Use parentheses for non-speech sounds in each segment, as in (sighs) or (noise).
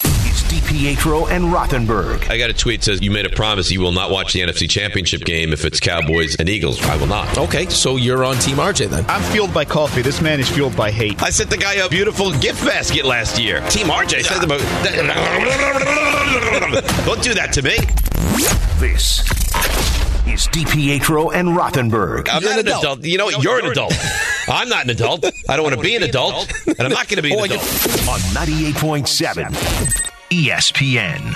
is DiPietro and Rothenberg. I got a tweet that says you made a promise you will not watch the NFC Championship game if it's Cowboys and Eagles. I will not. Okay, so you're on Team RJ then. I'm fueled by coffee. This man is fueled by hate. I sent the guy a beautiful gift basket last year. Team RJ sent them a. (laughs) Don't do that to me. This is DiPietro and Rothenberg. I'm You're not an an adult. adult. You know what? You're, an adult. I'm not an adult. I don't want to be an adult, and I'm not going to Oh, be an adult. on 98.7 E ESPN.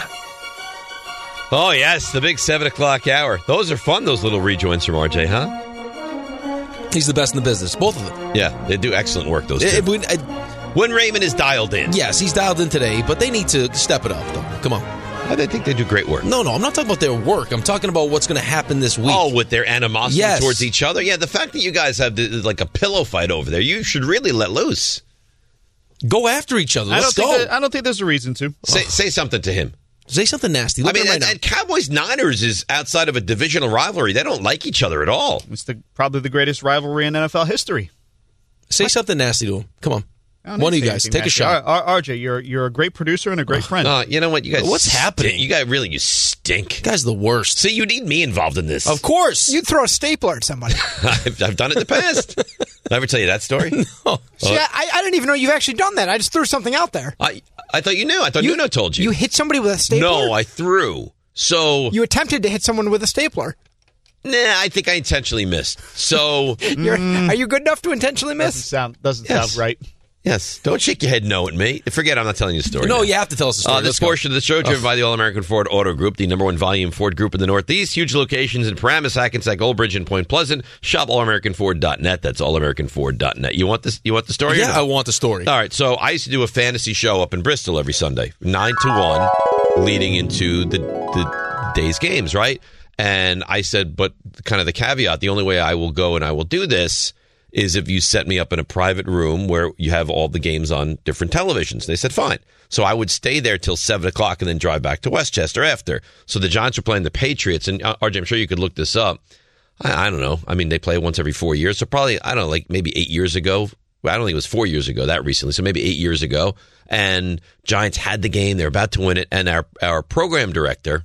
Oh yes, the big seven o'clock hour. Those are fun. Those little rejoins from RJ, huh? He's the best in the business, both of them. Yeah, they do excellent work. Those It- it two. would- I- When Raymond is dialed in, Eh, yes, he's dialed in today, but they need to step it up. Though. Come on. I think Oh, they do great work. No, no, I'm not talking about their work. I'm talking about what's going to happen this week. Oh, with their animosity Yes. towards each other. Yeah, the fact that you guys have the, like a pillow fight over there, you should really let loose. go after each other. I don't Let's think go. that- I don't think there's a reason to. Say, say something to him. Say something nasty. I Look mean, at him and, right and Cowboys Niners is outside of a divisional rivalry. They don't like each other at all. It's the, probably the greatest rivalry in NFL history. now. Say something nasty to him. Come on. I don't One of need you to guys, say take a anything, shot. actually. R- R- RJ, you're you're a great producer and a great friend. Uh, you know what, you guys? What's stink. happening? You guys really, you stink. Guy's the worst. See, you need me involved in this. Of course. You'd throw a stapler at somebody. (laughs) I've, I've done it in (laughs) the (laughs) past. Did I ever tell you that (laughs) story? See, I, I didn't even know you've actually done that. I just threw something out there. I I thought you knew. I thought Nuno told you. You hit somebody with a stapler? no, I threw. So You attempted to hit someone with a stapler. nah, I think I intentionally missed. So (laughs) mm. You're, Are you good enough to intentionally doesn't miss? sound doesn't Yes. sound right. yes, don't shake your head no at me. Forget I'm not telling you the story. no, now. you have to tell us a story. Uh, this Let's go. portion of the show driven by the All American Ford Auto Group, the number one volume Ford group in the Northeast. Huge locations in Paramus, Hackensack, Old Bridge, and Point Pleasant. Shop allamericanford.net. That's allamericanford.net. You want this? You want the story? or Yeah, not? I want the story. All right. So I used to do a fantasy show up in Bristol every Sunday, nine to one, leading into the the day's games, right? And I said, but kind of the caveat: the only way I will go and I will do this is if you set me up in a private room where you have all the games on different televisions. They said, fine. So I would stay there till seven o'clock and then drive back to Westchester after. So the Giants were playing the Patriots, and uh, RJ, I'm sure you could look this up. I, I don't know. I mean, they play once every four years. So probably, I don't know, like maybe eight years ago. Well, I don't think it was four years ago that recently. So maybe eight years ago. And Giants had the game. They're about to win it. And our, our program director,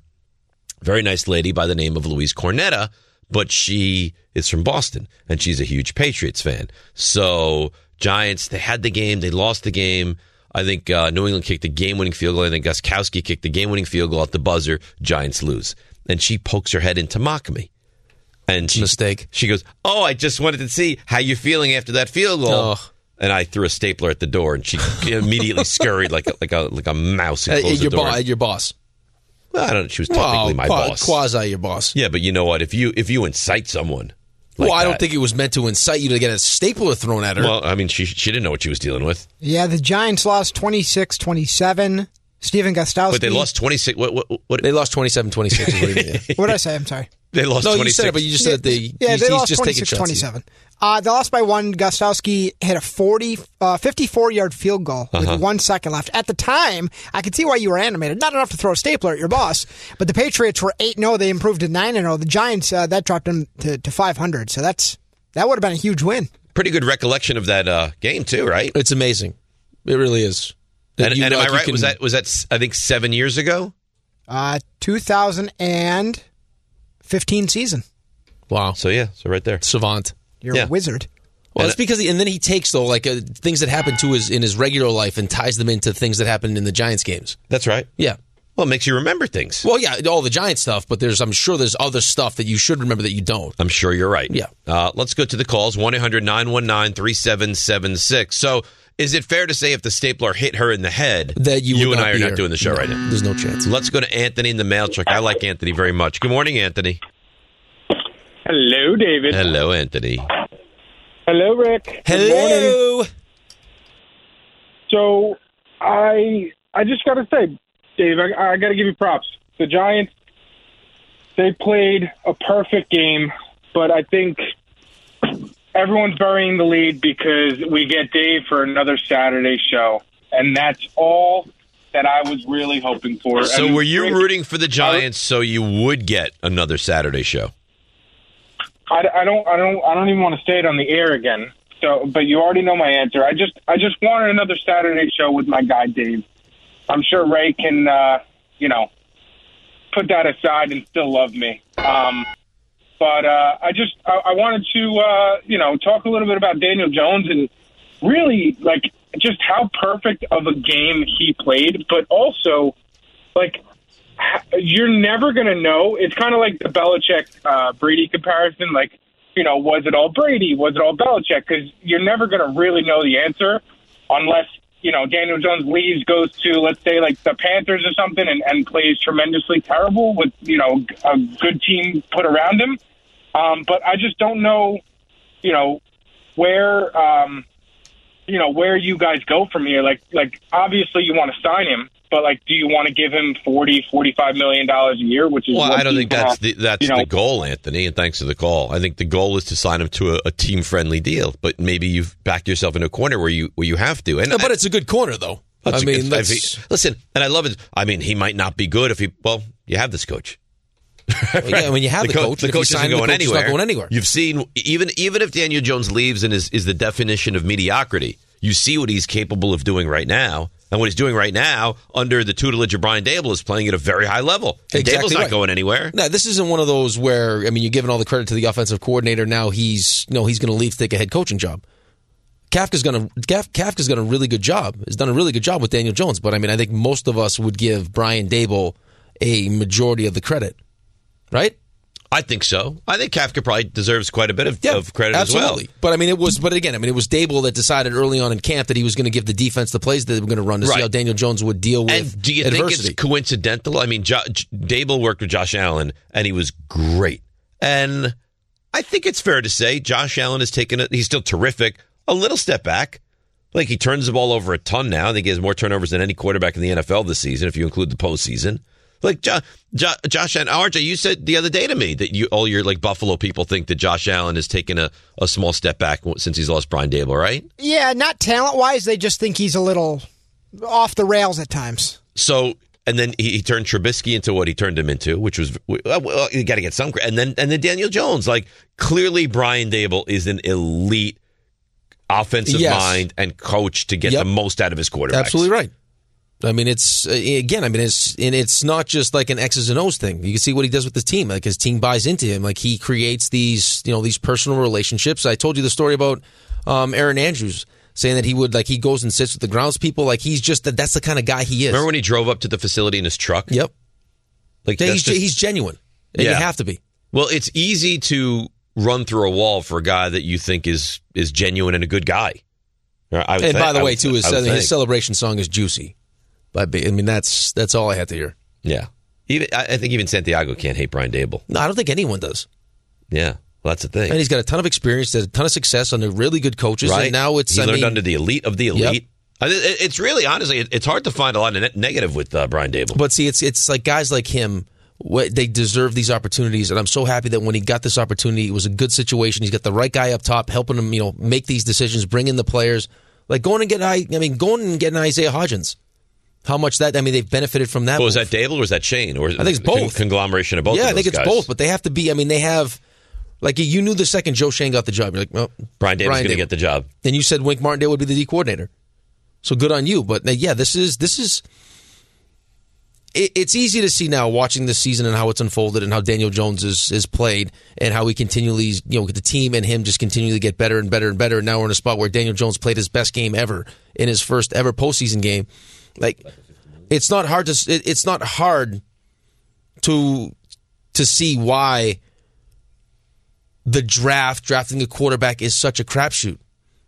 very nice lady by the name of Louise Cornetta, but she is from Boston and she's a huge Patriots fan. So Giants, they had the game, they lost the game. I think uh, New England kicked the game-winning field goal, and then Guskowski kicked the game-winning field goal at the buzzer. Giants lose, and she pokes her head in to mock me, and she, Mistake. She goes, "Oh, I just wanted to see how you're feeling after that field goal." Oh. And I threw a stapler at the door, and she immediately scurried like a, like a like a mouse and At- at closed Uh, Eh, your, the door. bo- at your boss. Well, I don't. know. She was technically Well, my qua- boss. Quasi your boss. Yeah, but you know what? If you if you incite someone, like well, I don't that- think it was meant to incite you to get a stapler thrown at her. Well, I mean, she she didn't know what she was dealing with, Yeah, the Giants lost 26 27. Stephen Gostowski. but they lost twenty six. What, what what they lost 27 (laughs) 26. What did I say? I'm sorry. they lost No, twenty you said it, six. but you just said they, yeah, he's, they he's lost just taking 26 shots. 27. Uh, they lost by one. Gostowski hit a 40, uh, 54 yard field goal with one second left. At the time, I could see why you were animated. Not enough to throw a stapler at your boss, but the Patriots were 8 0. They improved to 9 0. The Giants, uh, that dropped them to, to 500. So that's that would have been a huge win. Pretty good recollection of that uh, game too, right? It's amazing. It really is. That And, you, and am like, I you right? can- was that was that s- I think seven years ago? Uh, 2015 season. wow So yeah, so right there. savant? You're Yeah. a wizard. Well, it's because he, and then he takes though like uh, things that happen to his in his regular life and ties them into things that happened in the Giants games. That's right. Yeah, Well, it makes you remember things. Well, yeah, all the Giant stuff, but there's I'm sure there's other stuff that you should remember that you don't. I'm sure you're right. Yeah. Uh, let's go to the calls 1 800 919 3776. So, is it fair to say if the stapler hit her in the head, That you, would and I be are not here. doing the show No, right now? There's no chance. Let's go to Anthony in the mail truck. I like Anthony very much. Good morning, Anthony. Hello, David. Hello, Anthony. Hello, Rick. Good morning. Hello. So, I I just got to say, Dave, I, I got to give you props. The Giants, they played a perfect game, but I think everyone's burying the lead because we get Dave for another Saturday show, and that's all that I was really hoping for. So, And were you Rick, rooting for the Giants so you would get another Saturday show? I, I don't, I don't, I don't even want to say it on the air again. So, but you already know my answer. I just, I just wanted another Saturday show with my guy Dave. I'm sure Ray can, uh, you know, put that aside and still love me. Um, but uh, I just, I, I wanted to, uh, you know, talk a little bit about Daniel Jones and really like just how perfect of a game he played, but also like you're never going to know. It's kind of like the Belichick uh, Brady comparison. Like, you know, was it all Brady? Was it all Belichick? Because you're never going to really know the answer unless, you know, Daniel Jones leaves, goes to, let's say, like the Panthers or something and, and plays tremendously terrible with, you know, a good team put around him. Um, but I just don't know, you know, where. Um, you know where you guys go from here like like obviously you want to sign him but like do you want to give him 40 45 million dollars a year which is Well, what I don't he's think that's got, the that's you know, the goal, Anthony. And thanks for the call. I think the goal is to sign him to a, a team friendly deal, but maybe you've backed yourself in a corner where you where you have to. And No, but it's a good corner though. That's I a- mean, if- that's, if he- listen, and I love it. I mean, he might not be good if he. Well, you have this coach. yeah, when you have the, co- coach, the if you coach sign isn't him, the going coach is anywhere. Not going anywhere. You've seen even even if Daniel Jones leaves and is is the definition of mediocrity. You see what he's capable of doing right now, and what he's doing right now under the tutelage of Brian Dable is playing at a very high level. And Exactly Dable's not right. going anywhere. No, this isn't one of those where I mean you're giving all the credit to the offensive coordinator. Now he's no, he's going to leave to take a head coaching job. Kafka's going to Kaf, Kafka's done a really good job. Has done a really good job with Daniel Jones, but I mean I think most of us would give Brian Dable a majority of the credit, right? I think so. I think Kafka probably deserves quite a bit of, of credit absolutely. as well. But I mean it was, but again, I mean it was Dable that decided early on in camp that he was going to give the defense the plays that they were going to run to Right. see how Daniel Jones would deal with And do you adversity. think it's coincidental? I mean, jo- J- Dable worked with Josh Allen, and he was great. And I think it's fair to say Josh Allen has taken it. He's still terrific. A little step back. Like he turns the ball over a ton now. I think he has more turnovers than any quarterback in the NFL this season, if you include the postseason. Like jo- jo- Josh and RJ, you said the other day to me that you all your like Buffalo people think that Josh Allen has taken a, a small step back since he's lost Brian Dable, right? Yeah, not talent wise. They just think he's a little off the rails at times. So and then he, he turned Trubisky into what he turned him into, which was well, well, uh, you got to get some. cre- And then and then Daniel Jones, like clearly Brian Dable is an elite offensive Yes. mind and coach to get Yep. the most out of his quarterbacks. Absolutely right. I mean, it's uh, again. I mean, it's and it's not just like an X's and O's thing. You can see what he does with his team. Like his team buys into him. Like he creates these, you know, these personal relationships. I told you the story about um, Aaron Andrews saying that he would like he goes and sits with the grounds people. Like he's just that. That's the kind of guy he is. Remember when he drove up to the facility in his truck? yep. Like Yeah, that's he's, just- he's genuine. And Yeah. You have to be. well, it's easy to run through a wall for a guy that you think is is genuine and a good guy. I would And think- by the I way, would- too, his, I would think. his celebration song is juicy. But I mean, that's that's all I had to hear. yeah. Even I I think even Santiago can't hate Brian Dable. No, I don't think anyone does. Yeah, well, that's the thing. And he's got a ton of experience, a ton of success under really good coaches. right And now it's he I learned mean, under the elite of the elite. Yep. I thi- it- It's really honestly, it- it's hard to find a lot of ne- negative with uh, Brian Dable. But see, it's it's like guys like him. What, they deserve these opportunities, and I'm so happy that when he got this opportunity, it was a good situation. He's got the right guy up top, helping him, you know, make these decisions, bring in the players. Like going and get, I, I mean, going and getting Isaiah Hodgins. How much that? I mean, they've benefited from that. was move. that Dable or was that Shane? Or I think it's both. conglomeration of both. yeah, of I think those it's guys. both, but they have to be. I mean, they have. Like you knew the second Joe Shane got the job, you're like, well, Brian Dable's going to Dable. get the job. and you said Wink Martindale would be the D coordinator. So good on you. But uh, yeah, this is this is. It, it's easy to see now watching this season and how it's unfolded and how Daniel Jones is is played and how he continually you know the team and him just continually get better and better and better. And now we're in a spot where Daniel Jones played his best game ever in his first ever postseason game. Like it's not hard to s- it, it's not hard to to see why the draft drafting a quarterback is such a crapshoot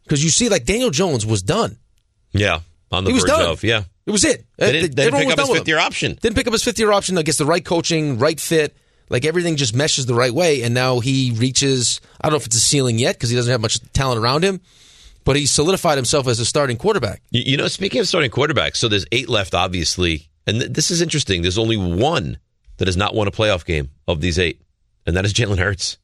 because you see like Daniel Jones was done. Yeah, on the He was verge done. of yeah. It was it. They didn't, they didn't Everyone pick was up his done with him. fifth year option. Didn't pick up his fifth year option. I guess the right coaching, right fit, like everything just meshes the right way. And now he reaches, I don't know if it's a ceiling yet because he doesn't have much talent around him, but he solidified himself as a starting quarterback. You, you know, speaking of starting quarterbacks, so there's eight left, obviously, and th- this is interesting. There's only one that has not won a playoff game of these eight, and that is Jalen Hurts.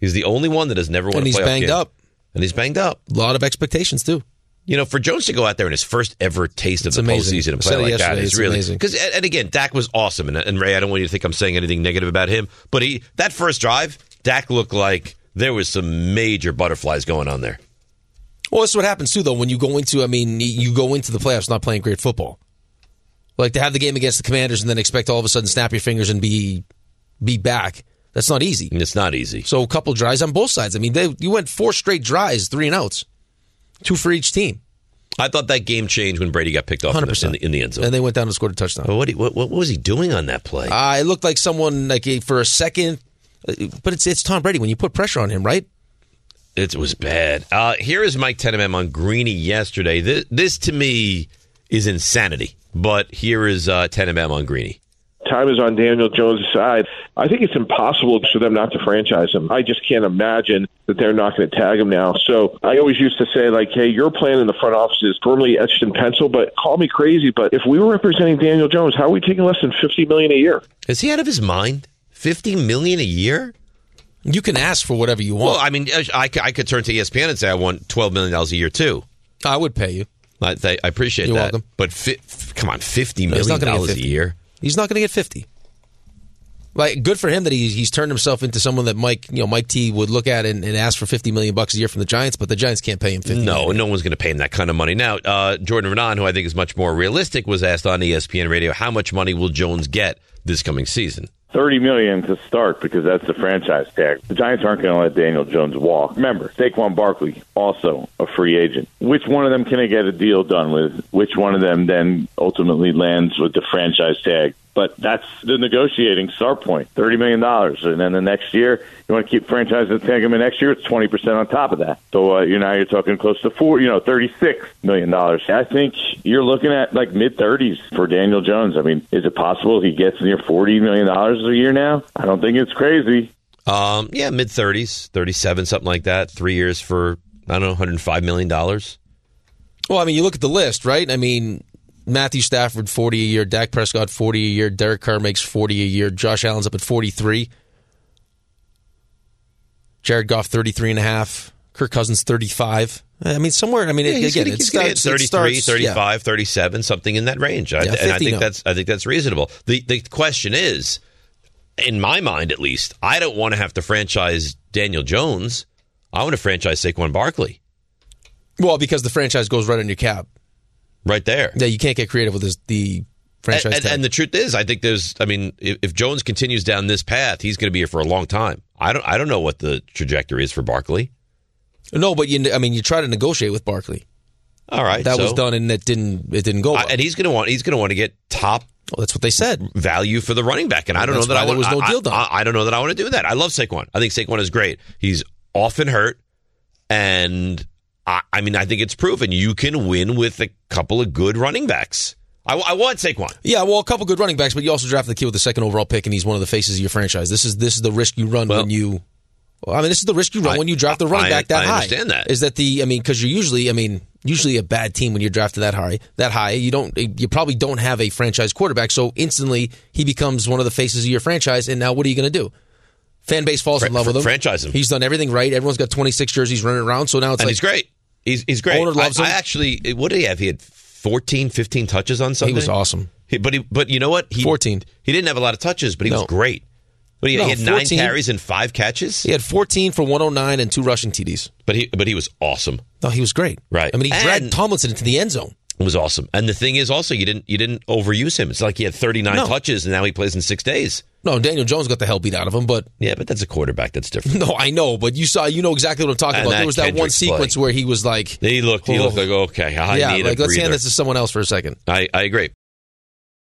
He's the only one that has never won and a he's playoff banged game. up. and he's banged up. A lot of expectations, too. You know, for Jones to go out there in his first ever taste It's of the amazing. postseason I and said play it like that yesterday. is It's really amazing. because. And, and again, Dak was awesome, and, and Ray, I don't want you to think I'm saying anything negative about him, but he that first drive, Dak looked like there was some major butterflies going on there. Well, that's what happens, too, though, when you go into, I mean, y- you go into the playoffs not playing great football. Like to have the game against the commanders and then expect all of a sudden snap your fingers and be be back. That's not easy. And it's not easy. So a couple drives on both sides. I mean, they you went four straight drives, three and outs, two for each team, I thought that game changed when Brady got picked off in 100%. the, in the in the end zone. and they went down and scored a touchdown. But what, he- what what was he doing on that play? Uh, it looked like someone like eh, for a second, eh, but it's it's Tom Brady when you put pressure on him, right? It was bad. Uh, here is Mike Teneman on Greeny yesterday. This, this to me is insanity. But here is uh, Teneman on Greeny. time is on Daniel Jones' side. I think it's impossible for them not to franchise him. I just can't imagine that they're not going to tag him now. So I always used to say, like, hey, your plan in the front office is firmly etched in pencil, but call me crazy. But if we were representing Daniel Jones, how are we taking less than $50 million a year? Is he out of his mind? Fifty million a year? You can ask for whatever you Well, want. I mean, uh, I, c- I could turn to E ESPN and say I want twelve million dollars a year too. I, would pay you. I, th- I appreciate You're that. welcome. But fi- f- come on, fifty No, he's million not gonna get dollars a 50. year. He's not going to get fifty. Like good for him that he's he's turned himself into someone that Mike you know Mike T would look at and, and ask for fifty million bucks a year from the Giants, but the Giants can't pay him fifty. No, no one's going to pay him that kind of money. Now, uh, Jordan Renan, who I think is much more realistic, was asked on E ESPN Radio how much money will Jones get this coming season. 30 million to start because that's the franchise tag. The Giants aren't going to let Daniel Jones walk. Remember, Saquon Barkley also a free agent. Which one of them can I get a deal done with? Which one of them then ultimately lands with the franchise tag? But that's the negotiating start point. Thirty million dollars, and then the next year you want to keep franchise and tag him. And next year it's twenty percent on top of that. So uh, you now you're talking close to four, you know, thirty six million dollars. I think you're looking at like mid thirties for Daniel Jones. I mean, is it possible he gets near forty million dollars a year now? I don't think it's crazy. Um, yeah, mid 30s, 37, something like that. Three years for, I don't know, $105 million. Well, I mean, you look at the list, right? I mean, Matthew Stafford forty a year, Dak Prescott forty a year, Derek Carr makes forty a year, Josh Allen's up at forty three, Jared Goff thirty three and a half, Kirk Cousins thirty five. I mean, somewhere. I mean, it, again, it starts, it 33, starts- yeah. 35, 37, something in that range. I, Yeah, and I 50, think no. that's I think that's reasonable. The the question is, in my mind at least, I don't want to have to franchise Daniel Jones. I want to franchise Saquon Barkley Well, because the franchise goes right on your cap. right there. Yeah, you can't get creative with this, the franchise and, and, tag. and the truth is, I think there's. I mean, if, if Jones continues down this path, he's going to be here for a long time. I don't. I don't know what the trajectory is for Barkley. no, but you. I mean, you try to negotiate with Barkley. All right, That so- was done, and it didn't. It didn't go. I- well. and he's going to want. He's going to want to get top Well, that's what they said. value for the running back. And I don't That's know that why I there want, was no I- deal done. I, I don't know that I want to do that. I love Saquon. I think Saquon is great. He's often hurt, and I, I mean, I think it's proven you can win with a couple of good running backs. I, I want Saquon. Yeah, well, a couple good running backs, but you also drafted the kid with the second overall pick, and he's one of the faces of your franchise. This is this is the risk you run Well- when you. Well, I mean, this is the risk you run I- when you draft the I- running back that I high. understand that. is that the I mean because you're usually I mean usually a bad team when you're drafted that high that high you don't you probably don't have a franchise quarterback so instantly he becomes one of the faces of your franchise and now what are you going to do? Fan base falls in Fra- love with him. franchise him. He's done everything right. Everyone's got 26 jerseys running around. So now it's and like he's great. He's, he's great. Owner loves I, I him. actually, what did he have? He had 14, 15 touches on Sunday. he was awesome. He- but he, but you know what? He, 14. He didn't have a lot of touches, but he was No. great. But he, No, he had nine 14. carries and five catches. He had 14 for 109 and two rushing TDs. But he but he was awesome. No, he was great. Right. I mean, he And- dragged Tomlinson into the end zone. It was awesome. And the thing is, also you didn't you didn't overuse him. It's like he had 39 No. touches and now he plays in six days. No, Daniel Jones got the hell beat out of him, but Yeah, but that's a quarterback. That's different. (laughs) no, Oh, I know, but you saw, you know exactly what I'm talking And about. that There was that one Kendrick's sequence where he was like, Oh. he looked he looked like okay. I yeah, need like a let's hand breather. this to someone else for a second. I I agree.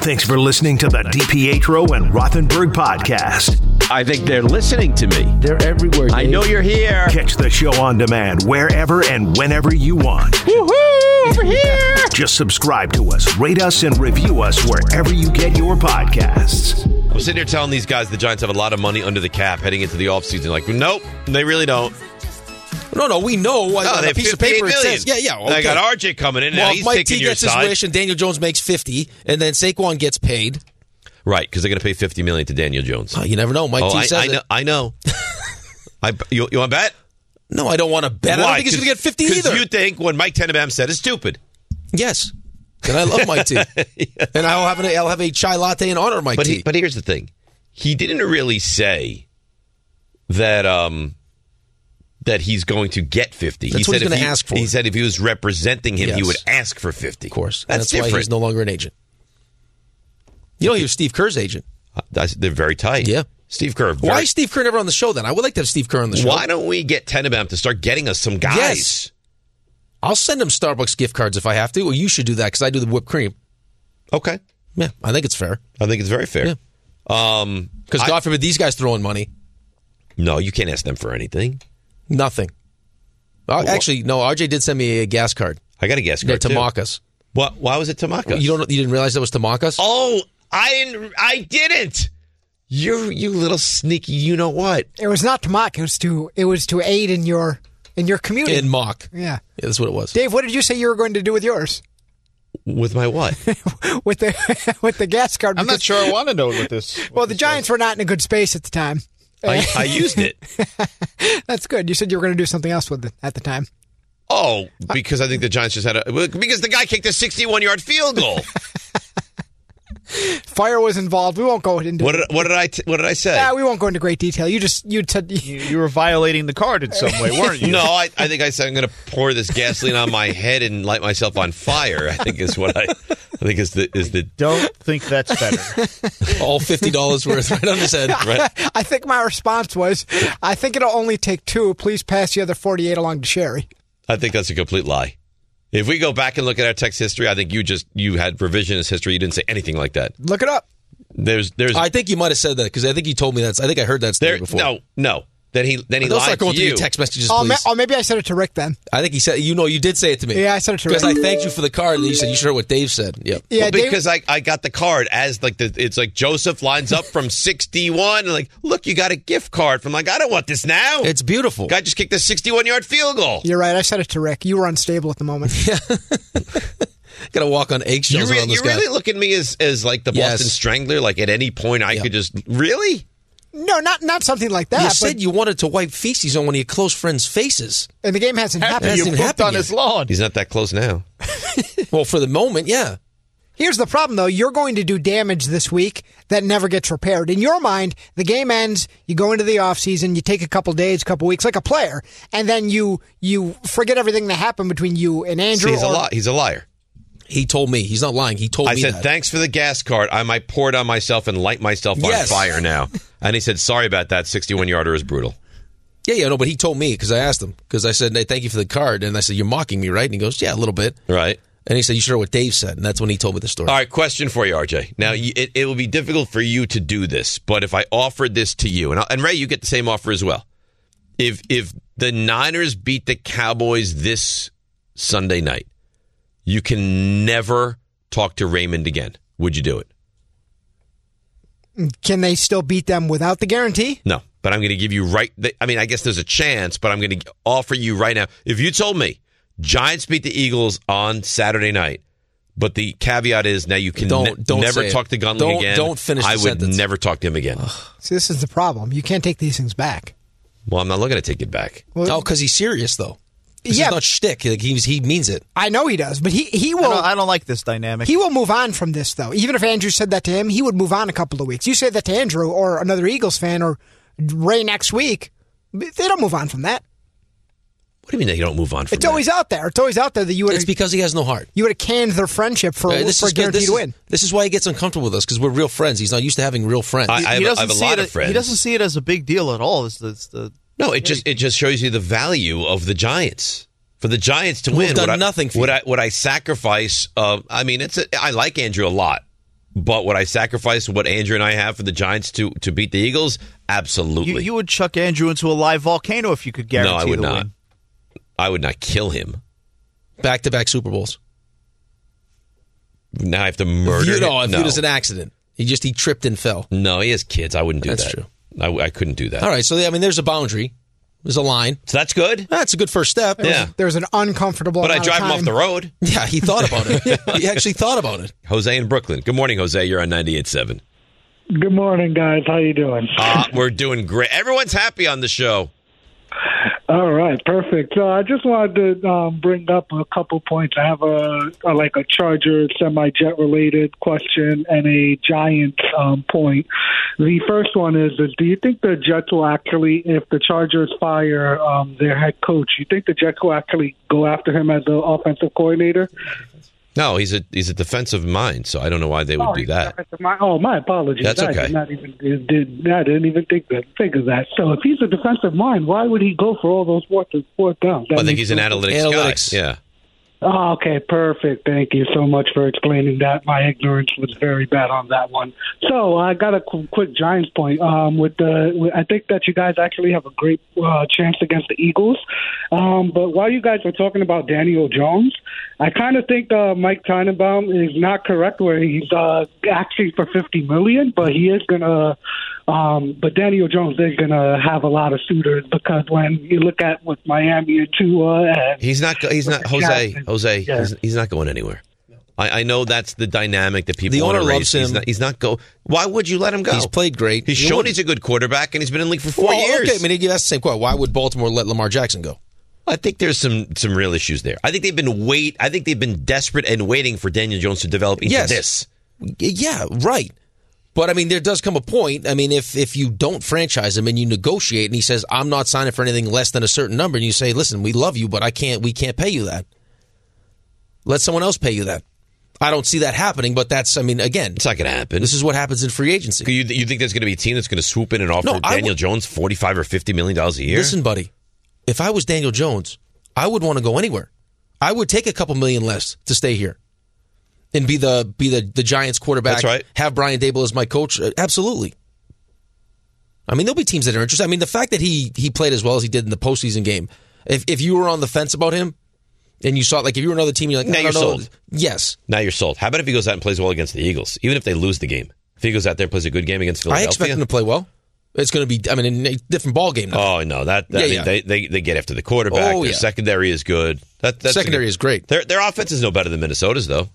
Thanks for listening to the DPetro and Rothenberg podcast. I think they're listening to me. They're everywhere. I know you're here. Catch the show on demand wherever and whenever you want. Woohoo! Over here. Just subscribe to us, rate us, and review us wherever you get your podcasts. I'm sitting here telling these guys the Giants have a lot of money under the cap heading into the offseason. Like, nope, they really don't. No, no, we know. No, I got they a have piece of paper. 58 It million. says, yeah, yeah. And I got RJ coming in, and Well, he's if Mike taking T your gets his side. wish, and Daniel Jones makes fifty, and then Saquon gets paid. Right, because they're going to pay fifty million to Daniel Jones. Uh, you never know. Mike oh, T I, says I it. know. I (laughs) know. I, you, you want to bet? No, I don't want to bet. I don't Why? think he's going to get fifty 'Cause either. You think when Mike Tenenbaum said it's stupid, Yes, and I (laughs) love Mike T, and I'll have an, I'll have a chai latte in honor of Mike but T. he, but here's the thing: he didn't really say that um that he's going to get fifty. That's he what said he's if gonna he- ask for. He said if he was representing him, he Yes. would ask for fifty. of course, And That's, that's why different. he's no longer an agent. You know, he was Steve Kerr's agent. Uh, That's- they're very tight. Yeah. Steve Kerr. very- Why is Steve Kerr never on the show? Then I would like to have Steve Kerr on the show. Why don't we get Tenenbaum to start getting us some guys? Yes. I'll send him Starbucks gift cards if I have to. Or you should do that because I do the whipped cream. Okay. Yeah, I think it's fair. I think it's very fair. Um, Because I- God forbid these guys throwing money, no, you can't ask them for anything. nothing. Uh, actually, no. RJ did send me a gas card. I got a guess. Yeah, card too. Tamakas. What? Why was it Tamaka? You don't. You didn't realize that was Tamakas. Oh, I didn't. I didn't. You, you little sneaky. You know what? It was not to mock. It was to it was to aid in your in your commuting. in mock. Yeah, yeah, that's what it was. Dave, what did you say you were going to do with yours? With my what? (laughs) With the (laughs) with the gas card? I'm not Because- sure I want to know what this. what Well, the this Giants were not in a good space at the time. I, (laughs) I used it. (laughs) That's good. You said you were going to do something else with it at the time. Oh, because I think the Giants just had a because the guy kicked a 61 yard field goal. Fire was involved. We won't go into What did what did I t- what did I say? Yeah, we won't go into great detail. You just you said was. You were violating the card in some way, weren't (laughs) you? No, I, I think I said I'm going to pour this gasoline on my head and light myself on fire. I think is what I, I think is the is the Don't (laughs) think that's better. All fifty dollars worth right on his head. (laughs) right. I think my response was, I think it'll only take two. Please pass the other 48 along to Sherry. I think that's a complete lie. If we go back and look at our text history, I think you just you had revisionist history. You didn't say anything like that. Look it up. There's there's I think you might have said that because I think you told me that. I think I heard that story there before. no no. Then he then he Don't lied start going to through you. your text messages, Oh, please. ma- oh, maybe I said it to Rick then. I think he said, you know, you did say it to me. Yeah, I said it to Because I Rick. thanked you for the card, and you said, you sure what Dave said. Yep. Yeah, Well, Dave- because I, I got the card as like the it's like Joseph lines up from sixty one and like look you got a gift card from like I don't want this now. It's beautiful. guy just kicked a sixty one yard field goal. You're right. I said it to Rick. You were unstable at the (laughs) moment. Got to walk on You, eggshells re- around this you guy. really look at me as as like the Yes. Boston Strangler. Like at any point I could just really no, not not something like that. you but- said you wanted to wipe feces on one of your close friends' faces. and the game hasn't happened. hasn't you pooped happened on yet. (laughs) his lawn. he's not that close now. Well, for the moment, yeah. Here's the problem, though. You're going to do damage this week that never gets repaired. In your mind, the game ends. You go into the offseason. You take a couple days, couple weeks, like a player, and then you you forget everything that happened between you and Andrew. See, he's a or- li- he's a liar. He told me. He's not lying. He told I me said, that. thanks for the gas cart. I might pour it on myself and light myself Yes. on fire (laughs) now. And he said, sorry about that. 61 yarder is brutal. Yeah, yeah, no, but he told me because I asked him because I said, hey, "Thank you for the card," and I said, "You're mocking me, right?" And he goes, "Yeah, a little bit." Right. And he said, "You sure what Dave said?" And that's when he told me the story. Uh, All right, question for you, RJ. Now, y- it, it will be difficult for you to do this, but if I offered this to you, and, I- and Ray, you get the same offer as well. If if the Niners beat the Cowboys this Sunday night, you can never talk to Raymond again. Would you do it? Can they still beat them without the guarantee? No, but I'm going to give you right. th- I mean, I guess there's a chance, but I'm going to offer you right now. If you told me Giants beat the Eagles on Saturday night, but the caveat is now you can Don't- ne- don't say never it. talk to Gunling Don't- again. don't finish I the would sentence. never talk to him again. See, this is the problem. You can't take these things back. Well, I'm not looking to take it back. Well- oh, because he's serious though. Yeah. Yeah, not shtick. Like he he means it. I know he does, but he he will. I don't, like this dynamic. He will move on from this, though. Even if Andrew said that to him, he would move on a couple of weeks. You say that to Andrew or another Eagles fan or Ray next week, they don't move on from that. What do you mean they don't move on? From It's always out there. It's always out there that you would. It's because he has no heart. You would have canned their friendship for, Uh, for a good. guaranteed this win. this is why he gets uncomfortable with us because we're real friends. He's not used to having real friends. I- I have a- I have a lot of friends. He doesn't see it as a big deal at all. It's, it's the No, it just it just shows you the value of the Giants. For the Giants to Who've win, done would I- nothing for would you. I would I sacrifice? Uh, I mean, it's a, I like Andrew a lot, but would I sacrifice what Andrew and I have for the Giants to to beat the Eagles? Absolutely. you, you would chuck Andrew into a live volcano if you could guarantee no, I would the not. win. I would not kill him. Back to back Super Bowls. Now I have to murder. You him? know, if no. it was an accident, he just he tripped and fell. no, he has kids. I wouldn't do That's that. true. I, I couldn't do that. All right, so I mean, there's a boundary. There's a line. So that's good. That's a good first step. Yeah. There's an uncomfortable. But I amount drive him time. off the road. Yeah, he thought about it. (laughs) he actually thought about it. Jose in Brooklyn. Good morning, Jose. You're on 98.7. Good morning, guys. How you doing? Uh, we're doing great. Everyone's happy on the show. All right, perfect. So I just wanted to um, bring up a couple points. I have a, a like a Charger semi-jet related question and a Giants um, point. The first one is: is Do you think the Jets will actually, if the Chargers fire um, their head coach, you think the Jets will actually go after him as the offensive coordinator? No, he's a he's a defensive mind, so I don't know why they would Oh, do he's that. defensive mind. oh, my apologies. That's I okay. did not even did, I didn't even think that, think of that. So if he's a defensive mind, why would he go for all those fourth and fourth downs? That I think makes he's an no analytics, Analytics. guy. Yeah. Oh, okay, perfect. Thank you so much for explaining that. My ignorance was very bad on that one. Um, So uh, I got a qu- quick Giants point. Um, with the, with- I think that you guys actually have a great uh, chance against the Eagles. Um, but while you guys were talking about Daniel Jones, I kind of think uh, Mike Tannenbaum is not correct where he's uh, actually for fifty million, but he is gonna. Um, but Daniel Jones is gonna have a lot of suitors because when you look at with Miami and Tua and He's not go- he's not Jose. Jose, he's, he's not going anywhere. I, I know that's the dynamic that people The want owner to raise. loves He's him. not, he's not go. Why would you let him go? He's played great. He's You shown wouldn't. he's a good quarterback, and he's been in the league for four Well, years. Okay, I mean, that's the same question. Why would Baltimore let Lamar Jackson go? I think there's some some real issues there. I think they've been wait. I think they've been desperate and waiting for Daniel Jones to develop into Yes. this. Y- Yeah, Uh, right. But I mean, there does come a point. I mean, if if you don't franchise him and you negotiate, and he says, "I'm not signing for anything less than a certain number," and you say, "Listen, we love you, but I can't. We can't pay you that. Let someone else pay you that." I don't see that happening. But that's, I mean, again, it's not going to happen. This is what happens in free agency. You, you think there's going to be a team that's going to swoop in and offer No, I Daniel would- Jones forty five or fifty million dollars a year? Listen, buddy, if I was Daniel Jones, I would want to go anywhere. I would take a couple million less to stay here and be the be the, the Giants quarterback. That's right. Have Brian Dable as my coach. Uh, Absolutely. I mean, there'll be teams that are interested. I mean, the fact that he he played as well as he did in the postseason game. If if you were on the fence about him and you saw like if you were another team, you're like, Now I you're don't know. sold. Yes. Now you're sold. How about if he goes out and plays well against the Eagles, even if they lose the game? If he goes out there and plays a good game against I Philadelphia, expect him to play well. It's going to be, I mean, a different ball game. Now. Oh no, that, that Yeah, I mean, yeah. They, they they get after the quarterback. Oh, their yeah. secondary is good. That that's a Secondary good- is great. Their their offense is no better than Minnesota's though.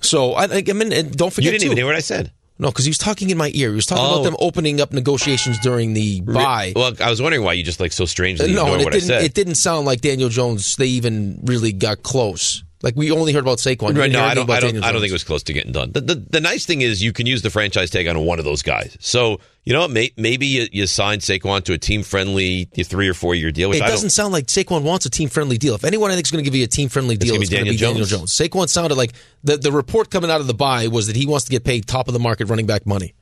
So I, I mean, and don't forget. You didn't too- even hear what I said. No, because he was talking in my ear. He was talking Oh. about them opening up negotiations during the bye. Well, I was wondering why you just like so strangely no, ignore and it what I didn't. said. It didn't sound like Daniel Jones. They even really got close. Like we only heard about Saquon. We Right, didn't no, hear I anything don't. about I don't, Daniel I don't Jones. think it was close to getting done. The, the, the nice thing is you can use the franchise tag on one of those guys. So you know, what, may, maybe you, you sign Saquon to a team-friendly three or four-year deal. Which It I doesn't don't, sound like Saquon wants a team friendly deal. If anyone I think is going to give you a team friendly deal, gonna it's be going to be Daniel Daniel Jones. Jones. Saquon sounded like the, the report coming out of the buy was that he wants to get paid top of the market running back money,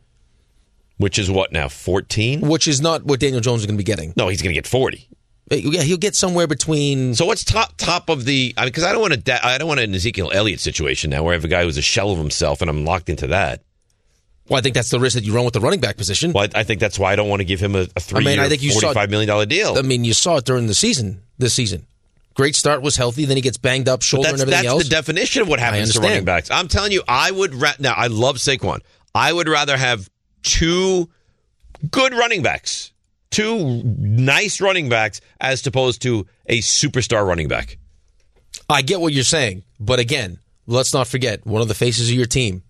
which is what now fourteen. which is not what Daniel Jones is going to be getting. No, he's going to get forty. Yeah, he'll get somewhere between. So what's top top of the? I mean, because I don't want to. Da- I don't want an Ezekiel Elliott situation now where I have a guy who's a shell of himself and I'm locked into that. Well, I think that's the risk that you run with the running back position. Well, I, I think that's why I don't want to give him a, a I three. mean, I think you saw forty-five million dollar deal. I mean, you saw it during the season. This season, great start was healthy. Then he gets banged up, But shoulder, and that's, everything that's else. the definition of what happens to understand. running backs. I'm telling you, I would ra- now. I love Saquon. I would rather have two good running backs, two nice running backs, as opposed to a superstar running back. I get what you're saying, but again, let's not forget one of the faces of your team.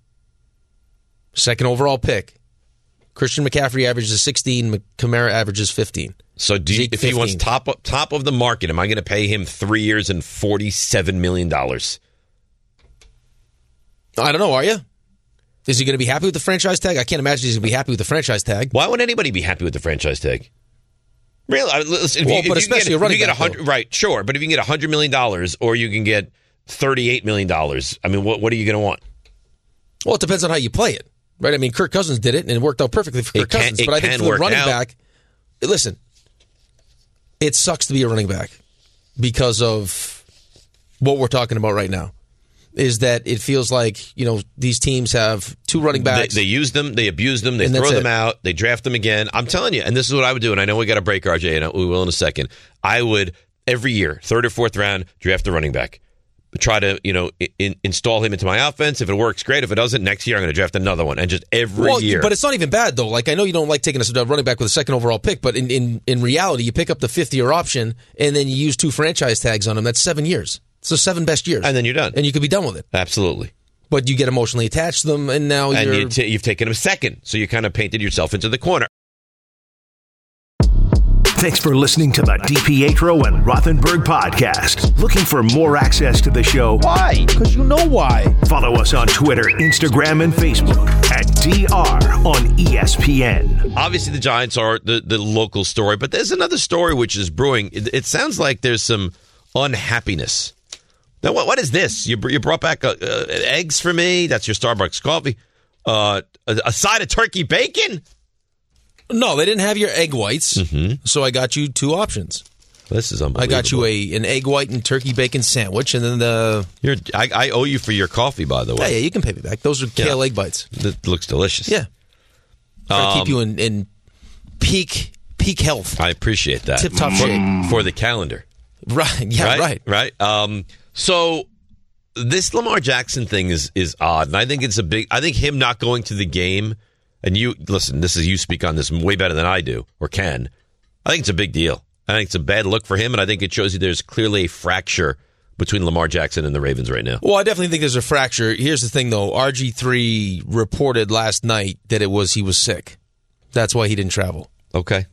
Second overall pick, Christian McCaffrey averages 16, Mc- Kamara averages 15. So do you, Zeke, if he wants 15. top of- top of the market, am I going to pay him three years and forty seven million dollars? I don't know. Are you? Is he going to be happy with the franchise tag? I can't imagine he's going to be happy with the franchise tag. Why would anybody be happy with the franchise tag? Really? I- Listen, if Well, you, but if you can especially get, a running if you get back, 100 right? Sure, but if you can get hundred million dollars, or you can get thirty eight million dollars, I mean, what what are you going to want? Well, it depends on how you play it, right? I mean, Kirk Cousins did it, and it worked out perfectly for It Kirk can- Cousins. it But I can think for the work running out. back, listen, it sucks to be a running back because of what we're talking about right now. Is that it feels like you know these teams have two running They, backs. they use them, they abuse them, they And that's throw them it. out, they draft them again. I'm telling you, and this is what I would do. And I know we got a break, RJ, and we will in a second. I would every year, third or fourth round, draft a running back. Try to you know i- in, install him into my offense. If it works, great. If it doesn't, next year I'm going to draft another one, and just every well, year. but it's not even bad though. Like I know you don't like taking a uh, running back with a second overall pick, but in in, in reality, you pick up the fifth year option and then you use two franchise tags on him. That's seven years. So seven best years, and then you're done, and you could be done with it. absolutely. But you get emotionally attached to them, and now and you're. you t- you've taken him second, so you kind of painted yourself into the corner. Thanks for listening to the DiPietro and Rothenberg podcast. Looking for more access to the show? Why? Because you know why. Follow us on Twitter, Instagram, and Facebook at DR on E ESPN. Obviously, the Giants are the, the local story, but there's another story which is brewing. It, it sounds like there's some unhappiness. Now, what, what is this? You, br- you brought back uh, uh, eggs for me. That's your Starbucks coffee. Uh, a, a side of turkey bacon. Mm-hmm. No, they didn't have your egg whites, so I got you two options. This is I unbelievable. got you a an egg white and turkey bacon sandwich, and then the You're, I, I owe you for your coffee, by the yeah, yeah, way. you can pay me back. Those are kale egg bites. That looks delicious. Yeah, Try to Um, keep you in, in peak peak health. I appreciate that. Tip-top for, shape. for the calendar. Right? (laughs) Yeah, right. right, right. Um, so this Lamar Jackson thing is is odd, and I think it's a big. I think him not going to the game, and you listen. This is you speak on this way better than I do or can. I think it's a big deal. I think it's a bad look for him, and I think it shows you there's clearly a fracture between Lamar Jackson and the Ravens right now. Well, I definitely think there's a fracture. Here's the thing, though. RG three reported last night that it was he was sick. That's why he didn't travel. Okay.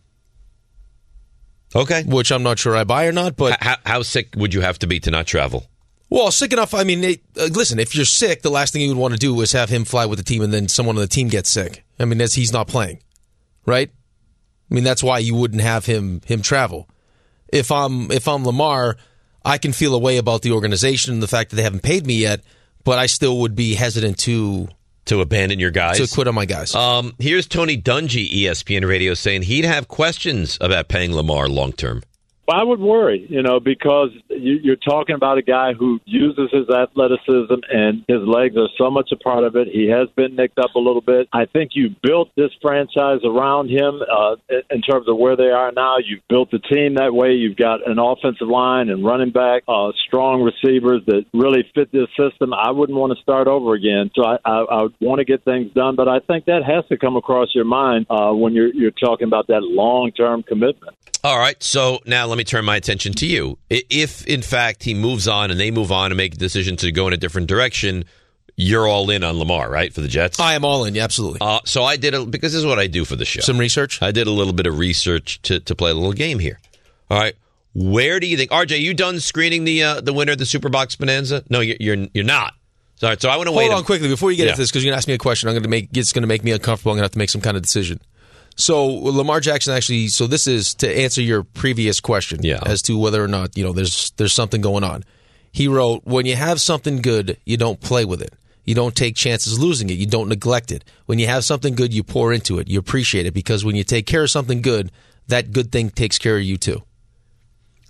Okay. Which I'm not sure I buy or not, but How, how sick would you have to be to not travel? Well, sick enough. I mean, it, uh, listen, if you're sick, the last thing you would want to do is have him fly with the team and then someone on the team gets sick. I mean, that's he's not playing, right? I mean, that's why you wouldn't have him him travel. If I'm if I'm Lamar, I can feel a way about the organization and the fact that they haven't paid me yet, but I still would be hesitant to to abandon your guys to quit on my guys. Um, here's Tony Dungy, E ESPN Radio, saying he'd have questions about paying Lamar long term. I would worry, you know, because you, you're talking about a guy who uses his athleticism and his legs are so much a part of it. He has been nicked up a little bit. I think you built this franchise around him uh, in- in terms of where they are now. You've built the team that way. You've got an offensive line and running back, uh, strong receivers that really fit this system. I wouldn't want to start over again. So I, I, I would want to get things done, but I think that has to come across your mind uh, when you're, you're talking about that long term commitment. All right. So now let me turn my attention to you. I- If, in fact, he moves on and they move on and make a decision to go in a different direction, you're all in on Lamar, right, for the Jets? I am all in, yeah, absolutely. Uh, so I did, a, because this is what I do for the show. Some research? I did a little bit of research to, to play a little game here. All right. Where do you think, RJ? You done screening the uh, the winner of the Superbox Bonanza? No, you're you're, you're not. Sorry, so I want to Hold wait on quickly before you get Yeah. into this because you're gonna ask me a question. I'm gonna make it's gonna make me uncomfortable. I'm gonna have to make some kind of decision. So Lamar Jackson actually. So this is to answer your previous question as to whether or not you know there's there's something going on. He wrote, "When you have something good, you don't play with it. You don't take chances losing it. You don't neglect it. When you have something good, you pour into it. You appreciate it because when you take care of something good, that good thing takes care of you too.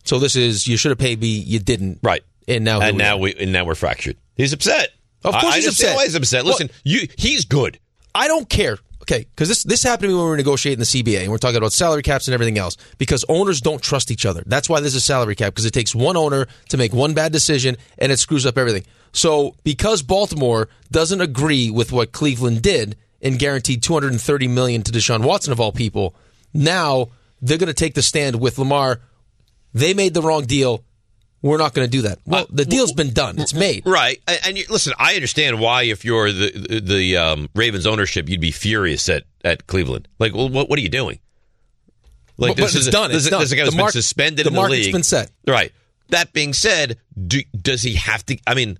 So this is you should have paid me, you didn't, right? And now here and we are. now we and now we're fractured. He's upset. Of I- course I he's understand upset. why he's upset. What- Listen, you he's good. I don't care. Okay, because this this happened to me when we were negotiating the CBA, and we're talking about salary caps and everything else. Because owners don't trust each other. That's why there's a salary cap because it takes one owner to make one bad decision, and it screws up everything. So because Baltimore doesn't agree with what Cleveland did and guaranteed 230 million to Deshaun Watson of all people, now they're going to take the stand with Lamar. They made the wrong deal. We're not going to do that. Well, the deal's been done. It's made. Right. And, and you, listen, I understand why if you're the the, the um, Ravens ownership, you'd be furious at, at Cleveland. Like, well, what, what are you doing? Like, But- but this is it's a, done. This, It's is- done. this is a guy The who's been mark- suspended the in the market's league. been set. Right. That being said, do, does he have to? I mean,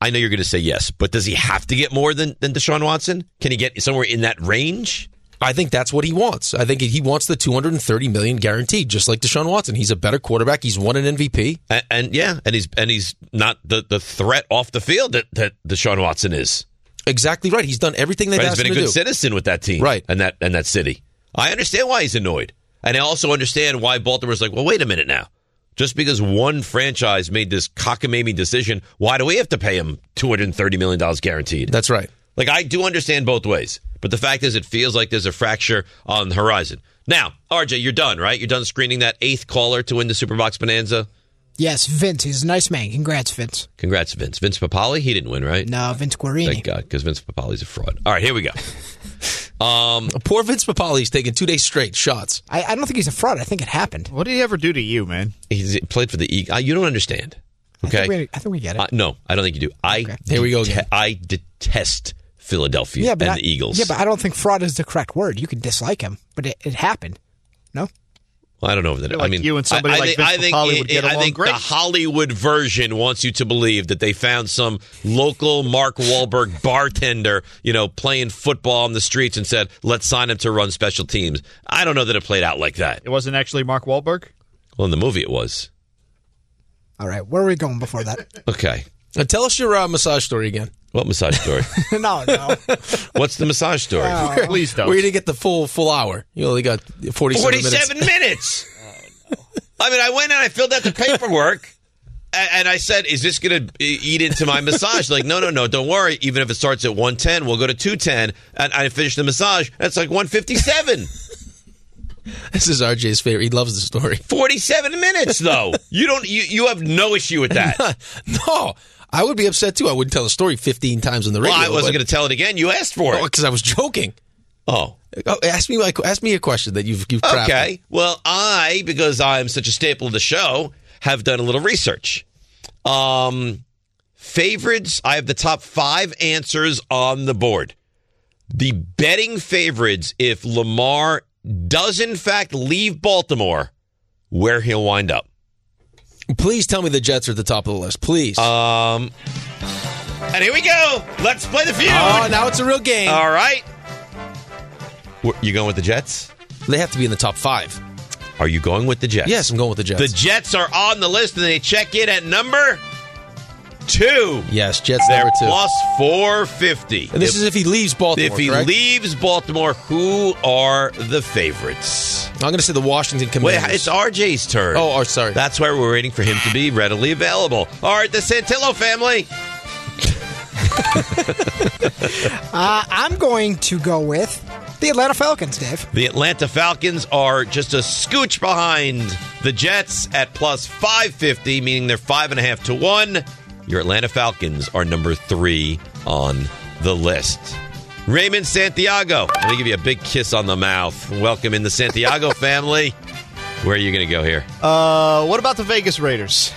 I know you're going to say yes, but does he have to get more than than Deshaun Watson? Can he get somewhere in that range? I think that's what he wants. I think he wants the 230 million guaranteed, just like Deshaun Watson. He's a better quarterback. He's won an MVP. And, and yeah, and he's and he's not the the threat off the field that that Deshaun Watson is. Exactly right. He's done everything they've Right, asked he's been him a good to do. citizen with that team, right? And that and that city. I understand why he's annoyed, and I also understand why Baltimore's like, well, wait a minute now. Just because one franchise made this cockamamie decision, why do we have to pay him two hundred and thirty million dollars guaranteed? That's right. Like I do understand both ways, but the fact is, it feels like there's a fracture on the horizon. Now, RJ, you're done, right? You're done screening that eighth caller to win the Superbox Bonanza. Yes, Vince. He's a nice man. Congrats, Vince. Congrats, Vince. Vince Papali, he didn't win, right? No, Vince Guarini. Thank God, because Vince Papali's a fraud. All right, here (laughs) we go. Um, Poor Vince Papali's taking two days straight shots. I, I don't think he's a fraud. I think it happened. What did he ever do to you, man? He played for the Eagles. Uh, you don't understand. Okay. I think we, I think we get it. Uh, no, I don't think you do. I Here we go again. I detest Philadelphia yeah, but and I- the Eagles. Yeah, but I don't think fraud is the correct word. You could dislike him, but it, it (laughs) happened. I don't know if that. like I mean, you and somebody I, I like think, Vince I think, Papale would get I along think great. the Hollywood version wants you to believe that they found some local Mark Wahlberg bartender, you know, playing football on the streets and said, "Let's sign him to run special teams." I don't know that it played out like that. It wasn't actually Mark Wahlberg. Well, in the movie, it was All right, where were we going before that? (laughs) okay. Uh, tell us your uh, massage story again. What massage story? no, no. What's the massage story? (laughs) We're- We're going to get the full full hour. You only got 47, minutes. Oh, 47 minutes. I mean, I went and I filled out the paperwork. a- And I said, "Is this going to eat into my massage?" Like, no, no, no, don't worry. Even if it starts at one ten, we'll go to two ten, and I finish the massage. That's like one fifty (laughs) seven. (laughs) This is RJ's favorite. He loves the story. 47 minutes though. You don't you, you have no issue with that. (laughs) no. I would be upset too. I wouldn't tell the story 15 times on the radio. well, I wasn't going to tell it again. You asked for it. because I was joking. Oh. ask me like ask me a question that you've you've crafted. Okay. Well, I, because I'm such a staple of the show, have done a little research. Um, favorites, I have the top five answers on the board. The betting favorites, if Lamar does in fact leave Baltimore, where he'll wind up. Please tell me the Jets are at the top of the list. Please. Um, And here we go. Let's play the feud. Oh, now it's a real game. All right. Wh- You going with the Jets? They have to be in the top five. Are you going with the Jets? Yes, I'm going with the Jets. The Jets are on the list, and they check in at number two. yes, Jets They're number two. plus four fifty. And this is if he leaves Baltimore, If he correct? leaves Baltimore, who are the favorites? I'm going to say the Washington Wait, Commanders. it's RJ's turn. Oh, oh, sorry. That's why we're waiting for him to be readily available. All right, the Santillo (laughs) family. Uh, I'm going to go with the Atlanta Falcons, Dave. The Atlanta Falcons are just a scooch behind the Jets at plus 550, meaning they're five and a half to one. Your Atlanta Falcons are number three on the list. Raymond Santiago, let me give you a big kiss on the mouth. Welcome in (laughs) the Santiago family. Where are you going to go here? Uh, what about the Vegas Raiders?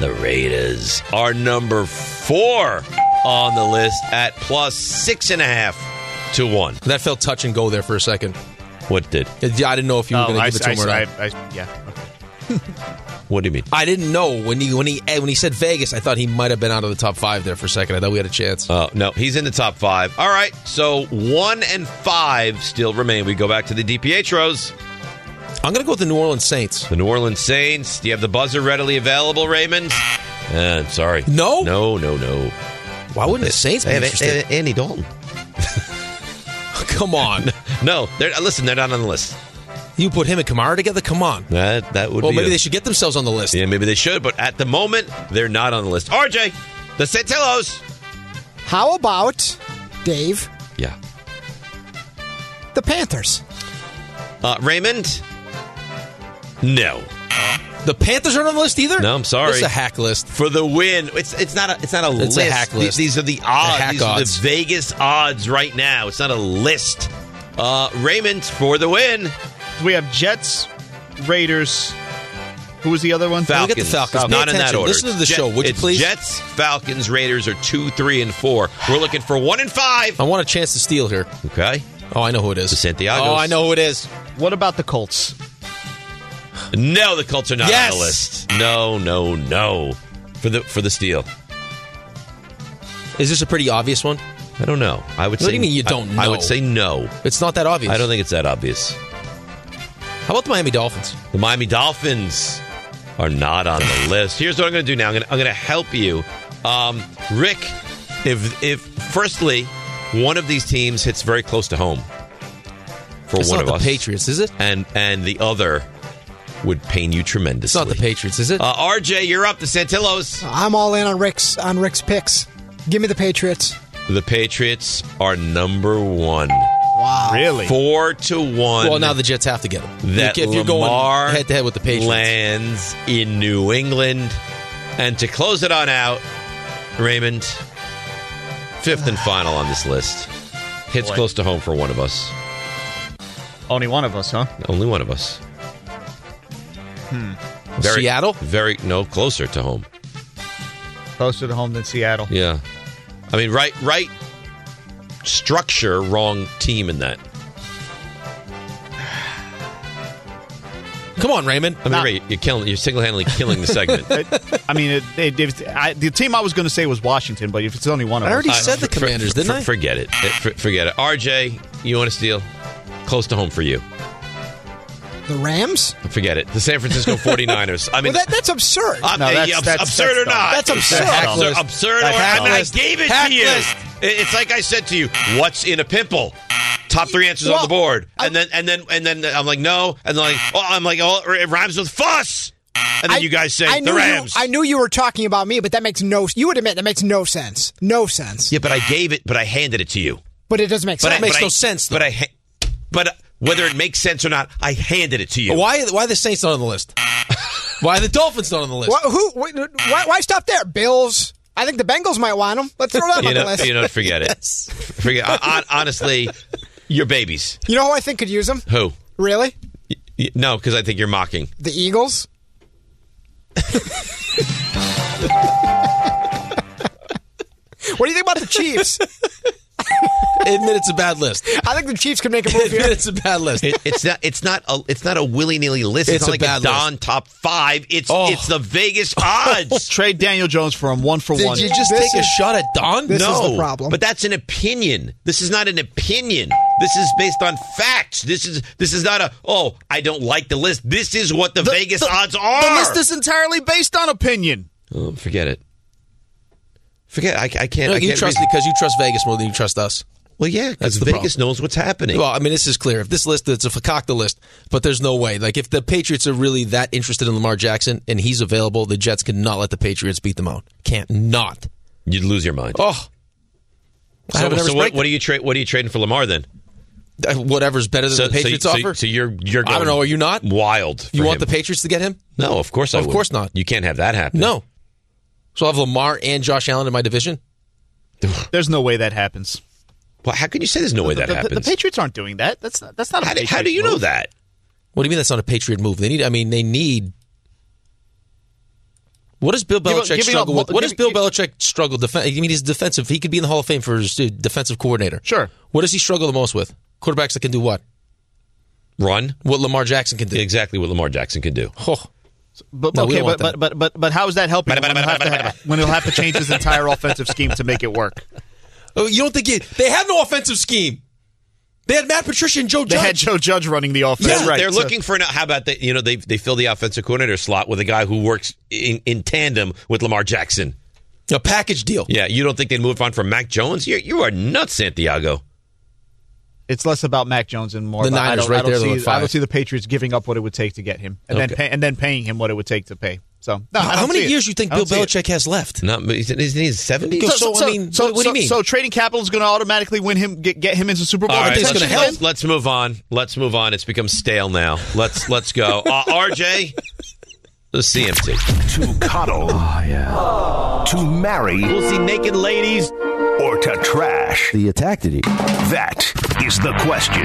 The Raiders are number four on the list at plus six and a half to one. That felt touch and go there for a second. Uh, What did? I didn't know if you were Oh, going to I- give it to him or I- not. I- I- yeah. What do you mean? I didn't know when he when he eh, when he said Vegas. I thought he might have been out of the top five there for a second. I thought we had a chance. Oh no, he's in the top five. All right, so one and five still remain. We go back to the DPHROs. I'm going to go with the New Orleans Saints. The New Orleans Saints. Do you have the buzzer readily available, Raymond? Uh, I'm sorry. No? No, no, no. Oh, Why wouldn't the Saints be Hey, hey, interested? hey, Andy Dalton. (laughs) Come on. (laughs) no, they're, uh, listen, they're not on the list. You put him and Kamara together? Come on. That that would Well, be maybe a- they should get themselves on the list. Yeah, maybe they should, but at the moment, they're not on the list. RJ, the Santillos. How about Dave? Yeah. The Panthers. Uh, Raymond? No. The Panthers aren't on the list either? No, I'm sorry. It's a hack list. For the win. It's it's not a it's not a It's a list. hack The- list. These are the The odds. hack these are odds. the Vegas odds right now. It's not a list. Uh, Raymond for the win. We have Jets, Raiders. Who was the other one? Falcons. Not in that order. Jet- it's Jets, Falcons, Raiders are two, three, and four. We're looking for one and five. I want a chance to steal here. Okay. Oh, I know who it is. Santiago. Oh, I know who it is. What about the Colts? No, the Colts are not Yes! on the list. No, no, no. For the for the steal. Is this a pretty obvious one? I don't know. I would What say do you mean you I- don't I know? would say no. It's not that obvious. I don't think it's that obvious. How about the Miami Dolphins? The Miami Dolphins are not on (laughs) the list. Here's what I'm going to do now. I'm going to, I'm going to help you, um, Rick. If if firstly, one of these teams hits very close to home for It's one not of the us, Patriots, is it? And and the other would pain you tremendously. It's not the Patriots, is it? Uh, RJ, you're up. The Santillos. I'm all in on Rick's on Rick's picks. Give me the Patriots. The Patriots are number one. Wow. Really? Four to one. Well, now the Jets have to get him. that if you're Lamar going head to head with the Patriots, lands in New England. And to close it on out, Raymond, fifth and final on this list. Hits Boy. close to home for one of us. Only one of us, huh? Only one of us. Hmm. Seattle? Very no closer to home. Closer to home than Seattle. Yeah. I mean right right structure, wrong team in that. come on, Raymond. I mean, Ray, you're killing you're single handedly killing the (laughs) segment. I mean, (laughs) it, it, if- I, the team I was going to say was Washington, but if it's only one of us, Uh, for- for- for- for- Forget it. Uh, for- Forget it. RJ, you want to steal? Close to home for you. The Rams? Forget it. The San Francisco (laughs) 49ers. I mean, well, that, that's absurd. Uh, yeah, abs- absurd or not? That's absurd. Absurd, absurd or not? And I gave it to you. It- It's like I said to you, what's in a pimple? Top three answers on the board, and then and then and then I'm like no, and then like oh, I'm like oh, it rhymes with fuss, and then you guys say I the knew Rams. You, I knew you were talking about me, but that makes no. You would admit that makes no sense. No sense. yeah, but I gave it, but I handed it to you. But it doesn't make But sense. I- but I- But I, ha- but uh, whether it makes sense or not, I handed it to you. Why? Why the Saints not on (laughs) the list? why the Dolphins not on the list? Wha- who? wh- Why, why stop there? Bills. I think the Bengals might want them. (laughs) Let's throw them you on know, the list. you know, forget it. Forget. I, I- honestly, your babies. You know who I think could use them? Who? (laughs) Really? Y- No, because I think you're mocking. The Eagles. what do you think about the Chiefs? (laughs) Admit it's a bad list. I think the Chiefs could make a (laughs) move here. it's a bad list. It, it's not. It's not a. It's not a willy nilly list. It's, It's not a like bad it's Don list. top five. It's it's the Vegas odds. Trade Daniel Jones for him one for Did one. you just This take a is- shot at Don? no, But that's an opinion. This is not an opinion. This is based on facts. This is this is not a. Oh, I don't like the list. This is what the, Vegas odds are. The list is entirely based on opinion. Oh, forget it. Forget. I, I can't. No, I you can't trust reason- because you trust Vegas more than you trust us. Well, yeah, that's because Vegas knows what's happening. Well, I mean, this is clear. If this list, it's a fakakta list, but there's no way. Like, if the Patriots are really that interested in Lamar Jackson and he's available, the Jets cannot let the Patriots beat them out. Can't not. You'd lose your mind. Oh, I So, have a nervous so what, breakdown. what are you tra- What are you trading for Lamar then? whatever's better than the Patriots so, offer? So you're you're. I Going don't know, are you not? wild? for you want him. the Patriots to get him? No, of course I Of would. course not. You can't have that happen. No. So I'll have Lamar and Josh Allen in (sighs) my division. There's no way that happens. Well, how can you say there's no way The, that the- the happens? Patriots aren't doing that. That's not, that's not a How do- Patriots how do you know move. that? What do you mean that's not a Patriot move? They need. I mean, they need. What does Bill Give up- Belichick giving struggle up- with? What does Bill give- Belichick struggle? Defen- I mean, he's defensive. He could be in the Hall of Fame for his uh, defensive coordinator. Sure. What does he struggle the most with? Quarterbacks that can do what? Run. What Lamar Jackson can do. (laughs) Exactly what Lamar Jackson can do. Oh, But No, we okay, don't want but, but but but but how is that helping when he'll have to, have- when he'll have to change his entire offensive scheme to make it work? (laughs) Oh, you don't think it, they had no offensive scheme? They had Matt Patricia and Joe Judge. They had Joe Judge running the offense. Yeah, they're so- looking for an. How about they? You know, they they fill the offensive coordinator slot with a guy who works in, in tandem with Lamar Jackson. A package deal. Yeah, you don't think they moved on from Mac Jones? You you are nuts, Santiago. It's less about Mac Jones and more The about, I Niners don't, right I don't there, though, at see, I don't five. see the Patriots giving up what it would take to get him, and then Okay. pay, and then paying him what it would take to pay. So no, I How don't many see it. years do you think I don't Bill see it. Belichick has left? Not isn't isn't he seventy? so, so- So trading capital is going to automatically win him, get, get him into the Super Bowl. All right, contention let's, then? let's, let's move on. Let's move on. It's become stale now. Let's let's go. Uh, RJ, the CMT. To coddle. To marry. We'll see naked ladies. Or to trash. The attactity. That is the question.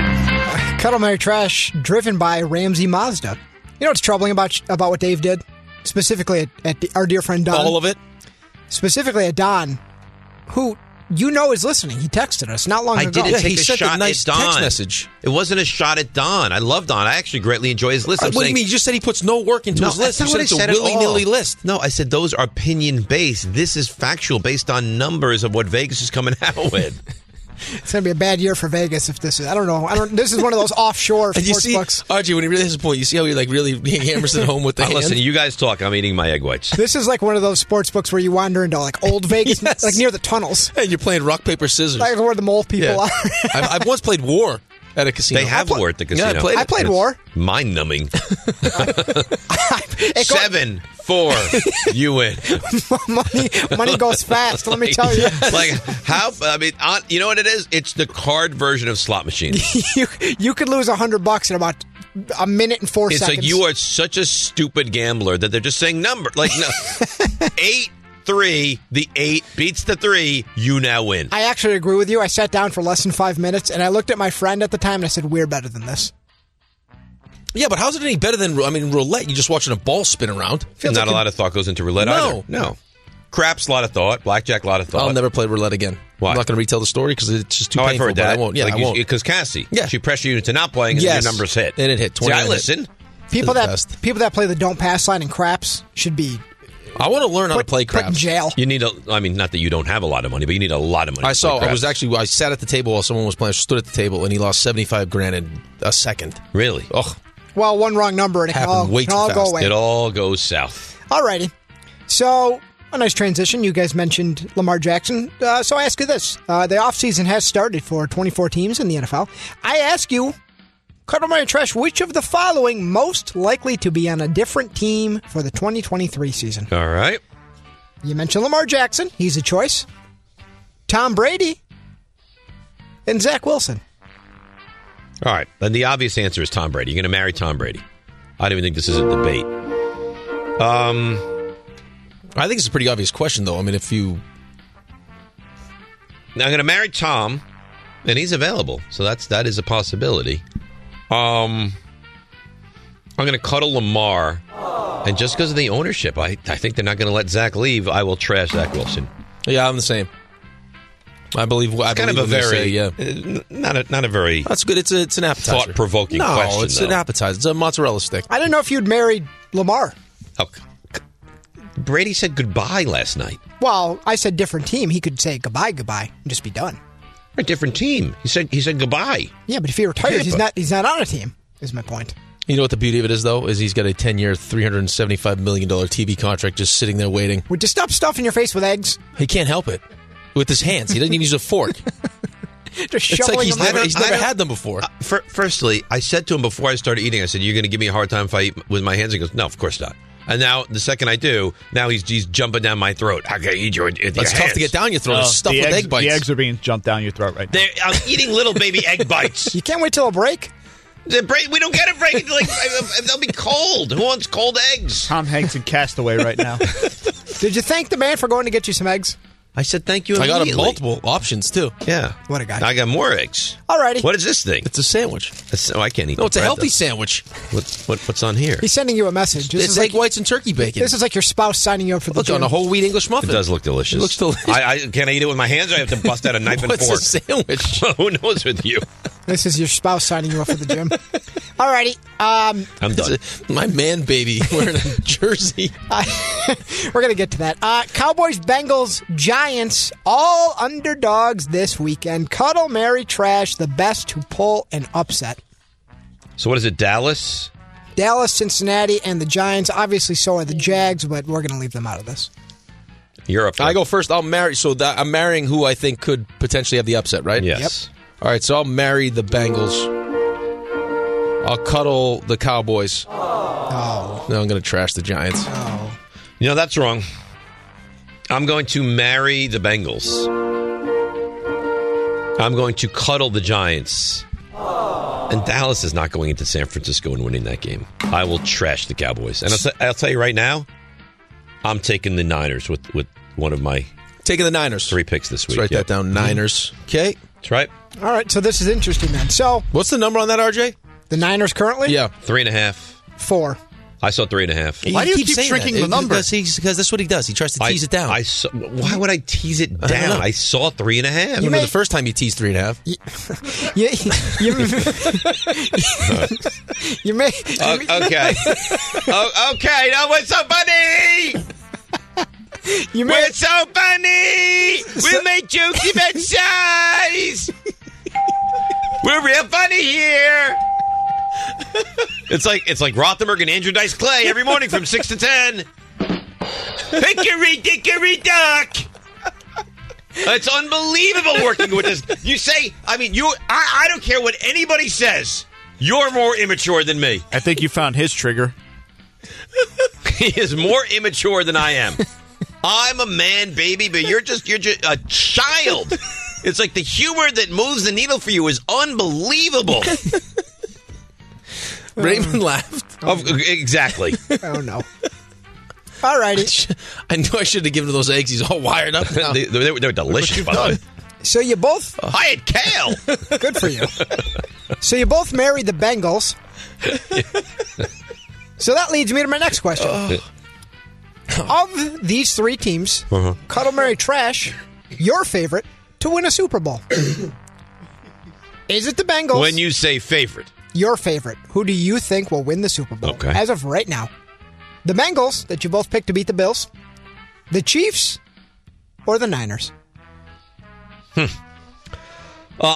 Cuddle Mary Trash, driven by Ramsey Mazda. You know what's troubling about about what Dave did, specifically at, at the- our dear friend Don. All of it. Specifically at Don, who you know is listening. He texted us not Oh, long I ago. didn't take a shot at Don. It wasn't a shot at Don. I love Don. I actually greatly enjoy his list. Uh, I'm what do you saying- mean? You just said he puts no work into no, his list. That's not what you I said said it's at a willy-nilly all. list. No, I said those are opinion based. This is factual, based on numbers of what Vegas is coming (laughs) out with. It's gonna be a bad year for Vegas if this is. I don't know. I don't. This is one of those offshore (laughs) And you sports see, books. RJ, when he really hits his point, you see how he like really (laughs) hammers it home with the Uh, hand. listen, you guys talk. I'm eating my egg (laughs) whites. This is like one of those sports books where you wander into like old Vegas, like near the tunnels, and you're playing rock paper scissors. like where the mole people (laughs) Yeah. are. I've, I've once played war at a casino. They have war at the Yeah, casino. I played, it. It's- Mind numbing. (laughs) (laughs) Seven, (laughs) four, you win. money, (laughs) money (laughs) goes fast. Let (laughs) me tell you. Like how? I mean, on, you know what it is? It's the card version of slot (laughs) machines. you you could lose a hundred bucks in about a minute and (laughs) four it's seconds. like you are such a stupid gambler that they're just saying number. Like (laughs) no, eight three. The eight beats the three. You now win. I actually agree with you. I sat down for less than five minutes, and I looked at my friend at the time, and I said, "We're better than this." Yeah, but how's it any better than I mean roulette? You're just watching a ball spin around. Not a lot of thought goes into roulette No. either. No. Craps, a lot of thought. Blackjack, a lot of thought. I'll never play roulette again. Why? I'm not going to retell the story because it's just too oh, I've painful. heard But that. I won't. Yeah, like I won't. Because Cassie, Yeah. she pressured you into not playing, and then Yes. your numbers hit. And it hit. See, 29 I hit. listen. People the that people that play the don't pass sign in craps should be. I want to learn how to play put in craps. jail. You need a. I mean, not that you don't have a lot of money, but you need a lot of money. I to saw. play I was craps. actually. I sat at the table while someone was playing. I stood at the table and he lost seventy five grand in a second. Really? Ugh. Well, one wrong number, and it can Happened all, way can too all fast. go away. It all goes south. Alrighty. So, a nice transition. You guys mentioned Lamar Jackson. Uh, so, I ask you this uh, the offseason has started for 24 teams in the NFL. I ask you, Cuddle My Trash, which of the following most likely to be on a different team for the 2023 season? All right. You mentioned Lamar Jackson. He's a choice. Tom Brady and Zach Wilson. All right. Then the obvious answer is Tom Brady. You're going to marry Tom Brady. I don't even think this is a debate. Um, I think it's a pretty obvious question though. I mean, if you Now I'm going to marry Tom, and he's available, so that's that is a possibility. Um, I'm going to cuddle Lamar, and just because of the ownership, I I think they're not going to let Zach leave. I will trash Zach Wilson. Yeah, I'm the same. I believe. I It's kind of a believe when they very say, yeah. uh, not a not a very That's good. It's a, it's an appetizer. Thought-provoking no, question, it's an though. appetizer. It's a mozzarella stick. I didn't know if you'd married Lamar. Oh, c- c- Brady said goodbye last night. Well, I said different team. He could say goodbye, goodbye, and just be done. A different team. He said he said goodbye. Yeah, but if he retires, he's but- not he's not on a team. Is my point. You know what the beauty of it is, though, is he's got a ten-year, three hundred and seventy-five million dollar TV contract just sitting there waiting. Would you stop stuffing your face with eggs? He can't help it with his hands. He doesn't even use a fork. Just it's shoveling like he's them never, in. he's never had them before. Uh, Fir- firstly, I said to him before I started eating, I said, "You're going to give me a hard time if I eat with my hands." He goes, "No, of course not." And now, the second I do, now he's he's jumping down my throat. How can I eat your? with your It's tough to hands? get down your throat. Oh, It's stuffed the with eggs, egg bites. The eggs are being jumped down your throat right now. They're, I'm eating little baby (laughs) egg bites. You can't wait till a break. The break, we don't get a break. Like I- they'll be cold. Who wants cold eggs? Tom Hanks in Castaway right (laughs) now. Did you thank the man for going to get you some eggs? I said thank you. I got immediately. multiple options too. Yeah. What a guy. I got more eggs. Alrighty. What is this thing? It's a sandwich. That's- oh, I can't eat. No, the it's a bread, healthy though. sandwich. What, what what's on here? He's sending you a message. This it's is like like whites and turkey bacon. this is like your spouse signing you up for the Look gym. on a whole wheat English It muffin. does look delicious. It looks delicious. I, I can I eat it with my hands. Or I have to bust out a (laughs) knife and What's fork. (laughs) a sandwich? Who knows with you? (laughs) This is your spouse signing you up for the gym. Alrighty. Um, (laughs) I'm done. My man, baby, (laughs) wearing a jersey. uh, (laughs) We're going to get to that. Uh, Cowboys, Bengals, Giants, all underdogs this weekend. Cuddle, Mary, Trash, the best to pull an upset. So what is it? Dallas. Dallas, Cincinnati, and the Giants. Obviously, so are the Jags, but we're going to leave them out of this. Europe. I go first. I'll marry. So that, I'm marrying who I think could potentially have the upset, right? Yes. All right. So I'll marry the Bengals. I'll cuddle the Cowboys. Oh. No, I'm going to trash the Giants. You know that's wrong. I'm going to marry the Bengals. I'm going to cuddle the Giants. And Dallas is not going into San Francisco and winning that game. I will trash the Cowboys. And I'll, t- I'll tell you right now, I'm taking the Niners with, with one of my taking the Niners three picks this week. Let's write Yep. Mm-hmm. that down. Niners. Okay. That's right. All right, so this is interesting then. So, what's the number on that, RJ? The Niners currently? Yeah, three and a half. Four. I saw three and a half. He keeps saying that. It- Because, he- because that's what he does. He tries to tease it down. I saw, why would I tease (laughs) it down? I saw three and a half. remember the first time you teased three and a (laughs) half. You, (laughs) you, you may. O- okay. oh, okay. Now what's up, buddy? You may- We're so funny. We make jokes about (laughs) size. We're real funny here. It's like it's like Rothenberg and Andrew Dice Clay every morning from six to ten. Hickory dickory dock. It's unbelievable working with this. You say, I mean, you. I, I don't care what anybody says. You're more immature than me. I think you found his trigger. He is more immature than I am. I'm a man, baby, but you're just you're just a child. It's like the humor that moves the needle for you is unbelievable. Raymond laughed. Of, exactly. (laughs) oh no. All righty. I knew I should have given him those eggs. He's all wired up. Now. they, they were- they were delicious. By the way. So you both. Uh, I had kale. Good for you. (laughs) So you both married the (laughs) Bengals. so that leads me to my next question. Oh. (laughs) of these three teams, Uh-huh. Cuddle Mary Trash, your favorite to win a Super (clears throat) Bowl. Is it the Bengals? When you say favorite, your favorite. Who do you think will win the Super Bowl? Okay. As of right now, the Bengals that you both picked to beat the Bills, the Chiefs, or the Niners? uh,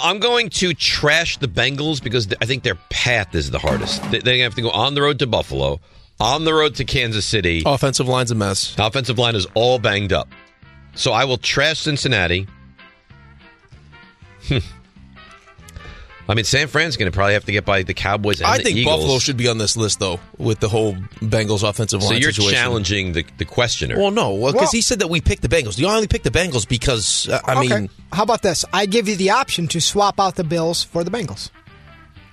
I'm going to trash the Bengals because th- I think their path is the hardest. They, they have to go on the road to Buffalo, on the road to Kansas City. Offensive line's a mess. Offensive line is all banged up. So I will trash Cincinnati. Hmm. I mean, San Fran's going to probably have to get by the Cowboys and I the think Eagles. Buffalo should be on this list though, with the whole Bengals offensive so line you're situation. challenging the, the questioner. Well, no, because Well- he said that we picked the Bengals. You only picked the Bengals because uh, I okay. mean, how about this? I give you the option to swap out the Bills for the Bengals.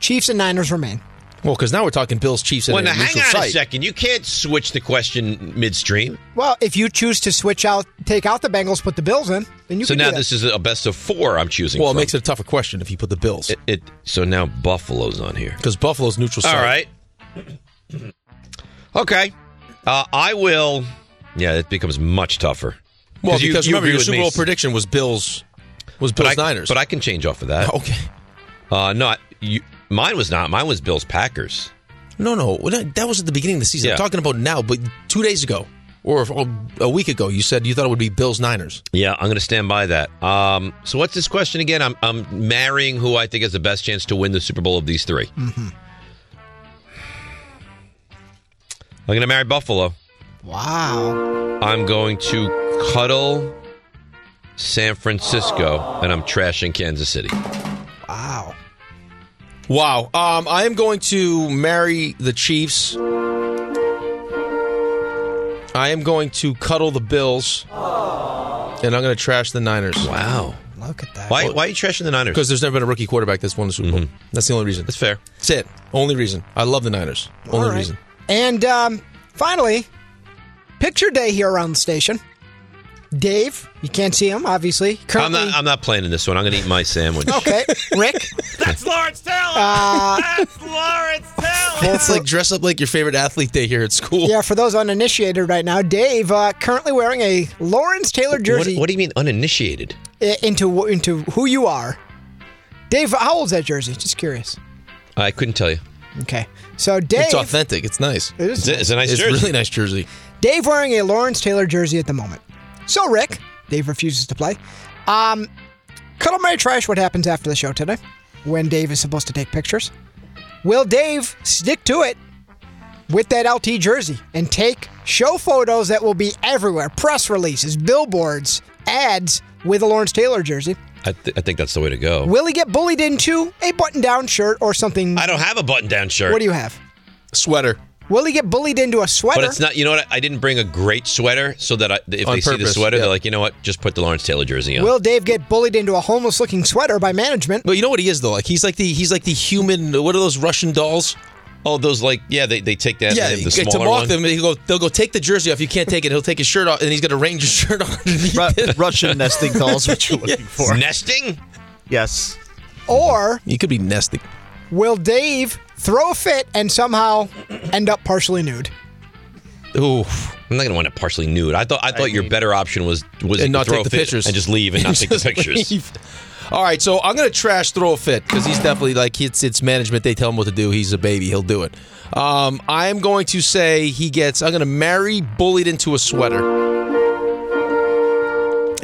Chiefs and Niners remain. well, because now we're talking Bills, Chiefs, and well, a now hang neutral on a site. second. You can't switch the question midstream. Well, if you choose to switch out, take out the Bengals, put the Bills in, then you so can now do that. this is a best of four I'm choosing Well, it from. makes it a tougher question if you put the Bills It, it- so now Buffalo's on here. because Buffalo's neutral site. All right. (clears throat) Okay. Uh, I will. Yeah, it becomes much tougher. Well, because remember agree your with Super me. Bowl prediction was Bills was Bills but I, Niners. But I can change off of that. (laughs) Okay. Uh, no, I- you, mine was not. Mine was Bills Packers. no, no, well, that that was at the beginning of the season. Yeah. I'm talking about now, but two days ago or or a week ago, you said you thought it would be Bills Niners. Yeah, I'm going to stand by that. Um, so what's this question again? I'm, I'm marrying who I think has the best chance to win the Super Bowl of these three. Mm-hmm. I'm going to marry Buffalo. Wow. I'm going to cuddle San Francisco, and I'm trashing Kansas City. Wow. Wow. Um, I am going to marry the Chiefs. I am going to cuddle the Bills, and I'm going to trash the Niners. Wow. Look at that. Why, why are you trashing the Niners? Mm-hmm. Because there's never been a rookie quarterback that's won the Super Bowl. That's the only reason. That's fair. That's it. Only reason. I love the Niners. Only right. reason. And um, finally, picture day here around the station. Dave, you can't see him, obviously. I'm Currently, not. I'm not playing in this one. I'm going to eat my sandwich. okay. Rick, That's Lawrence Taylor. Uh, That's Lawrence Taylor. It's like dress up like your favorite athlete day here at school. yeah, for those uninitiated right now, Dave uh, currently wearing a Lawrence Taylor What, jersey what do you mean uninitiated? i- into into who you are. Dave, how old's that jersey? Just curious. I couldn't tell you. Okay. So Dave, It's authentic. It's nice. It is. It's a nice It's jersey. really nice jersey. Dave wearing a Lawrence Taylor jersey at the moment. So Rick, Dave refuses to play. Um, Cuddle my trash. What happens after the show today? When Dave is supposed to take pictures? Will Dave stick to it with that LT jersey and take show photos that will be everywhere? Press releases, billboards, ads with a Lawrence Taylor jersey. I, th- I think that's the way to go. Will he get bullied into a button-down shirt or something? I don't have a button-down shirt. What do you have? Sweater. Will he get bullied into a sweater? But it's not. You know what? I didn't bring a great sweater so that I, if On they see the purpose, sweater, yeah. they're like, you know what? Just put the Lawrence Taylor jersey on. Will Dave get bullied into a homeless looking sweater by management? But you know what he is though? Like he's like the he's like the human. What are those Russian dolls? Oh, those like yeah, they, they take that. Yeah, they have the to smaller mock one. them, they go, they'll go take the jersey off. You can't take it. He'll take his shirt off, and he's got a Ranger (laughs) shirt on. Russian nesting dolls, what (laughs) you're looking for. Nesting? Yes. Or You could be nesting. will Dave throw a fit and somehow end up partially nude? Ooh, I'm not gonna wind up partially nude. I thought I thought your better option was was And to not throw take a the fit pictures. and just (laughs) leave (laughs) and not take the Just pictures. leave. All right, so I'm gonna trash throw a fit because he's definitely like it's it's management. They tell him what to do. He's a baby. He'll do it. Um, I am going to say he gets. I'm gonna marry bullied into a sweater,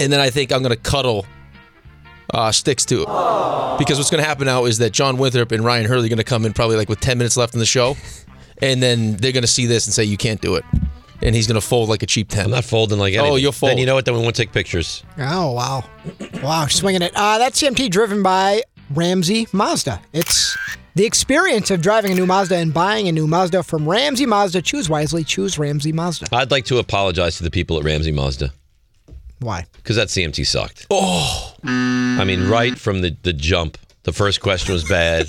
and then I think I'm gonna cuddle. Uh, sticks to it because what's going to happen now is that John Winthrop and Ryan Hurley are going to come in probably like with 10 minutes left in the show, and then they're going to see this and say you can't do it, and he's going to fold like a cheap 10. I'm not folding like Oh, anything. you'll fold. Then you know what? Then we won't take pictures. Oh, wow. Wow, swinging it. Uh, that's CMT driven by Ramsey Mazda. It's the experience of driving a new Mazda and buying a new Mazda from Ramsey Mazda. Choose wisely, choose Ramsey Mazda. I'd like to apologize to the people at Ramsey Mazda Why? because that CMT sucked. Oh. I mean, right from the, the jump, the first question was (laughs) bad,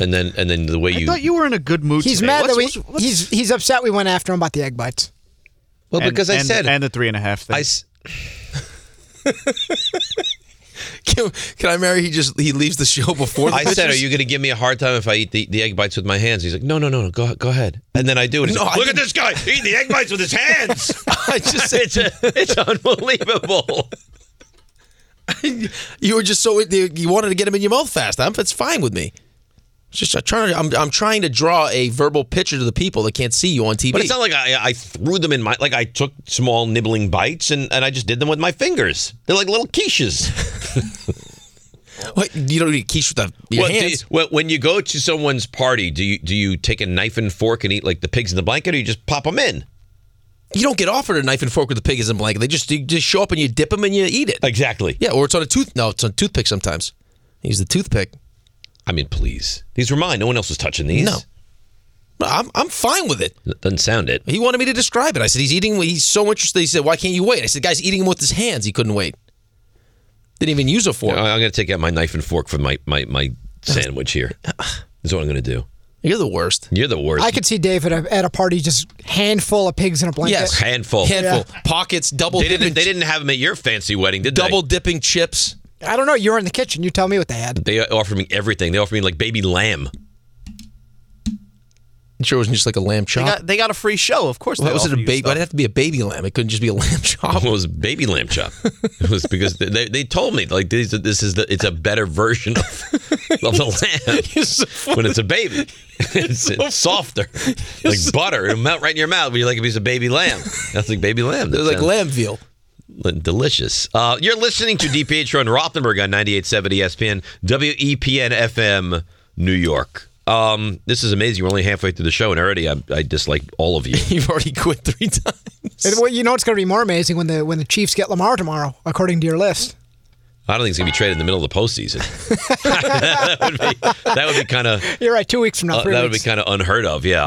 and then and then the way you thought you were in a good mood. He's today. mad that What's- we. what's- he's he's upset we went after him about the egg bites. well And- because I and- said and the three and a half. Thing. I s- Can, can I marry? He just he leaves the show before. The I said, pictures? "Are you going to give me a hard time if I eat the, the egg bites with my hands?" He's like, "No, no, no, no. Go go ahead." And then I do it. He's No, like, I Look at this guy eating the egg bites with his hands. (laughs) I just said it's, it's (laughs) unbelievable. you were just so you wanted to get him in your mouth fast. I'm, it's fine with me. It's Just I'm trying to I'm, I'm trying to draw a verbal picture to the people that can't see you on TV. But it's not like I, I threw them in my like I took small nibbling bites and, and I just did them with my fingers. They're like little quiches. Wait, you don't need quiche with the, your Well, do hands. you- well, when you go to someone's party, do you do you take a knife and fork and eat like the pigs in the blanket, or you just pop them in? You don't get offered a knife and fork with the pig as a blanket. They just you just show up and you dip them and you eat it. Exactly. Yeah, or it's on a tooth. No, it's on a toothpick sometimes. Use the toothpick. I mean, please. These were mine. No one else was touching these. No. No, I'm I'm fine with it. Doesn't sound it. He wanted me to describe it. I said he's eating. He's so interested. He said, "Why can't you wait?" I said, "Guy's eating him with his hands. He couldn't wait. Didn't even use a fork." I- I'm going to take out my knife and fork for my my, my sandwich here. Is what I'm going to do. You're the worst. You're the worst. I could see Dave at a, at a party just handful of pigs in a blanket. Yes. handful, Handful. Pockets. Double. They dipping didn't. They didn't have them at your fancy wedding, did double dipping chips. I don't know. You were in the kitchen. You tell me what they had. they? They offered me everything. They offered me like baby lamb. It sure wasn't just like a lamb They chop. got, they got a free show, of course. Why they was it a offer you baby? stuff. Why'd it have to be a baby lamb? It couldn't just be a lamb chop. It was baby lamb chop. It was because they- they, they told me like this, this is the it's a better version of, of the lamb when it's a baby. (laughs) It's, it's softer, like butter. It'll melt right in your mouth. But you like a piece of baby lamb. That's like baby lamb. It was like sounds- lamb veal. Delicious. Uh, you're listening to DPH on Rothenberg on 98.7 ESPN, WEPN FM, New York. Um, this is amazing. We're only halfway through the show, and already I, I dislike all of you. You've already quit three times. And, well, you know it's going to be more amazing when the when the Chiefs get Lamar tomorrow, according to your (laughs) list. I don't think it's gonna be traded in the middle of the postseason. (laughs) that would be that would be kind of You're right. Two weeks from now, uh, three that would be weeks. kind of unheard of. Yeah.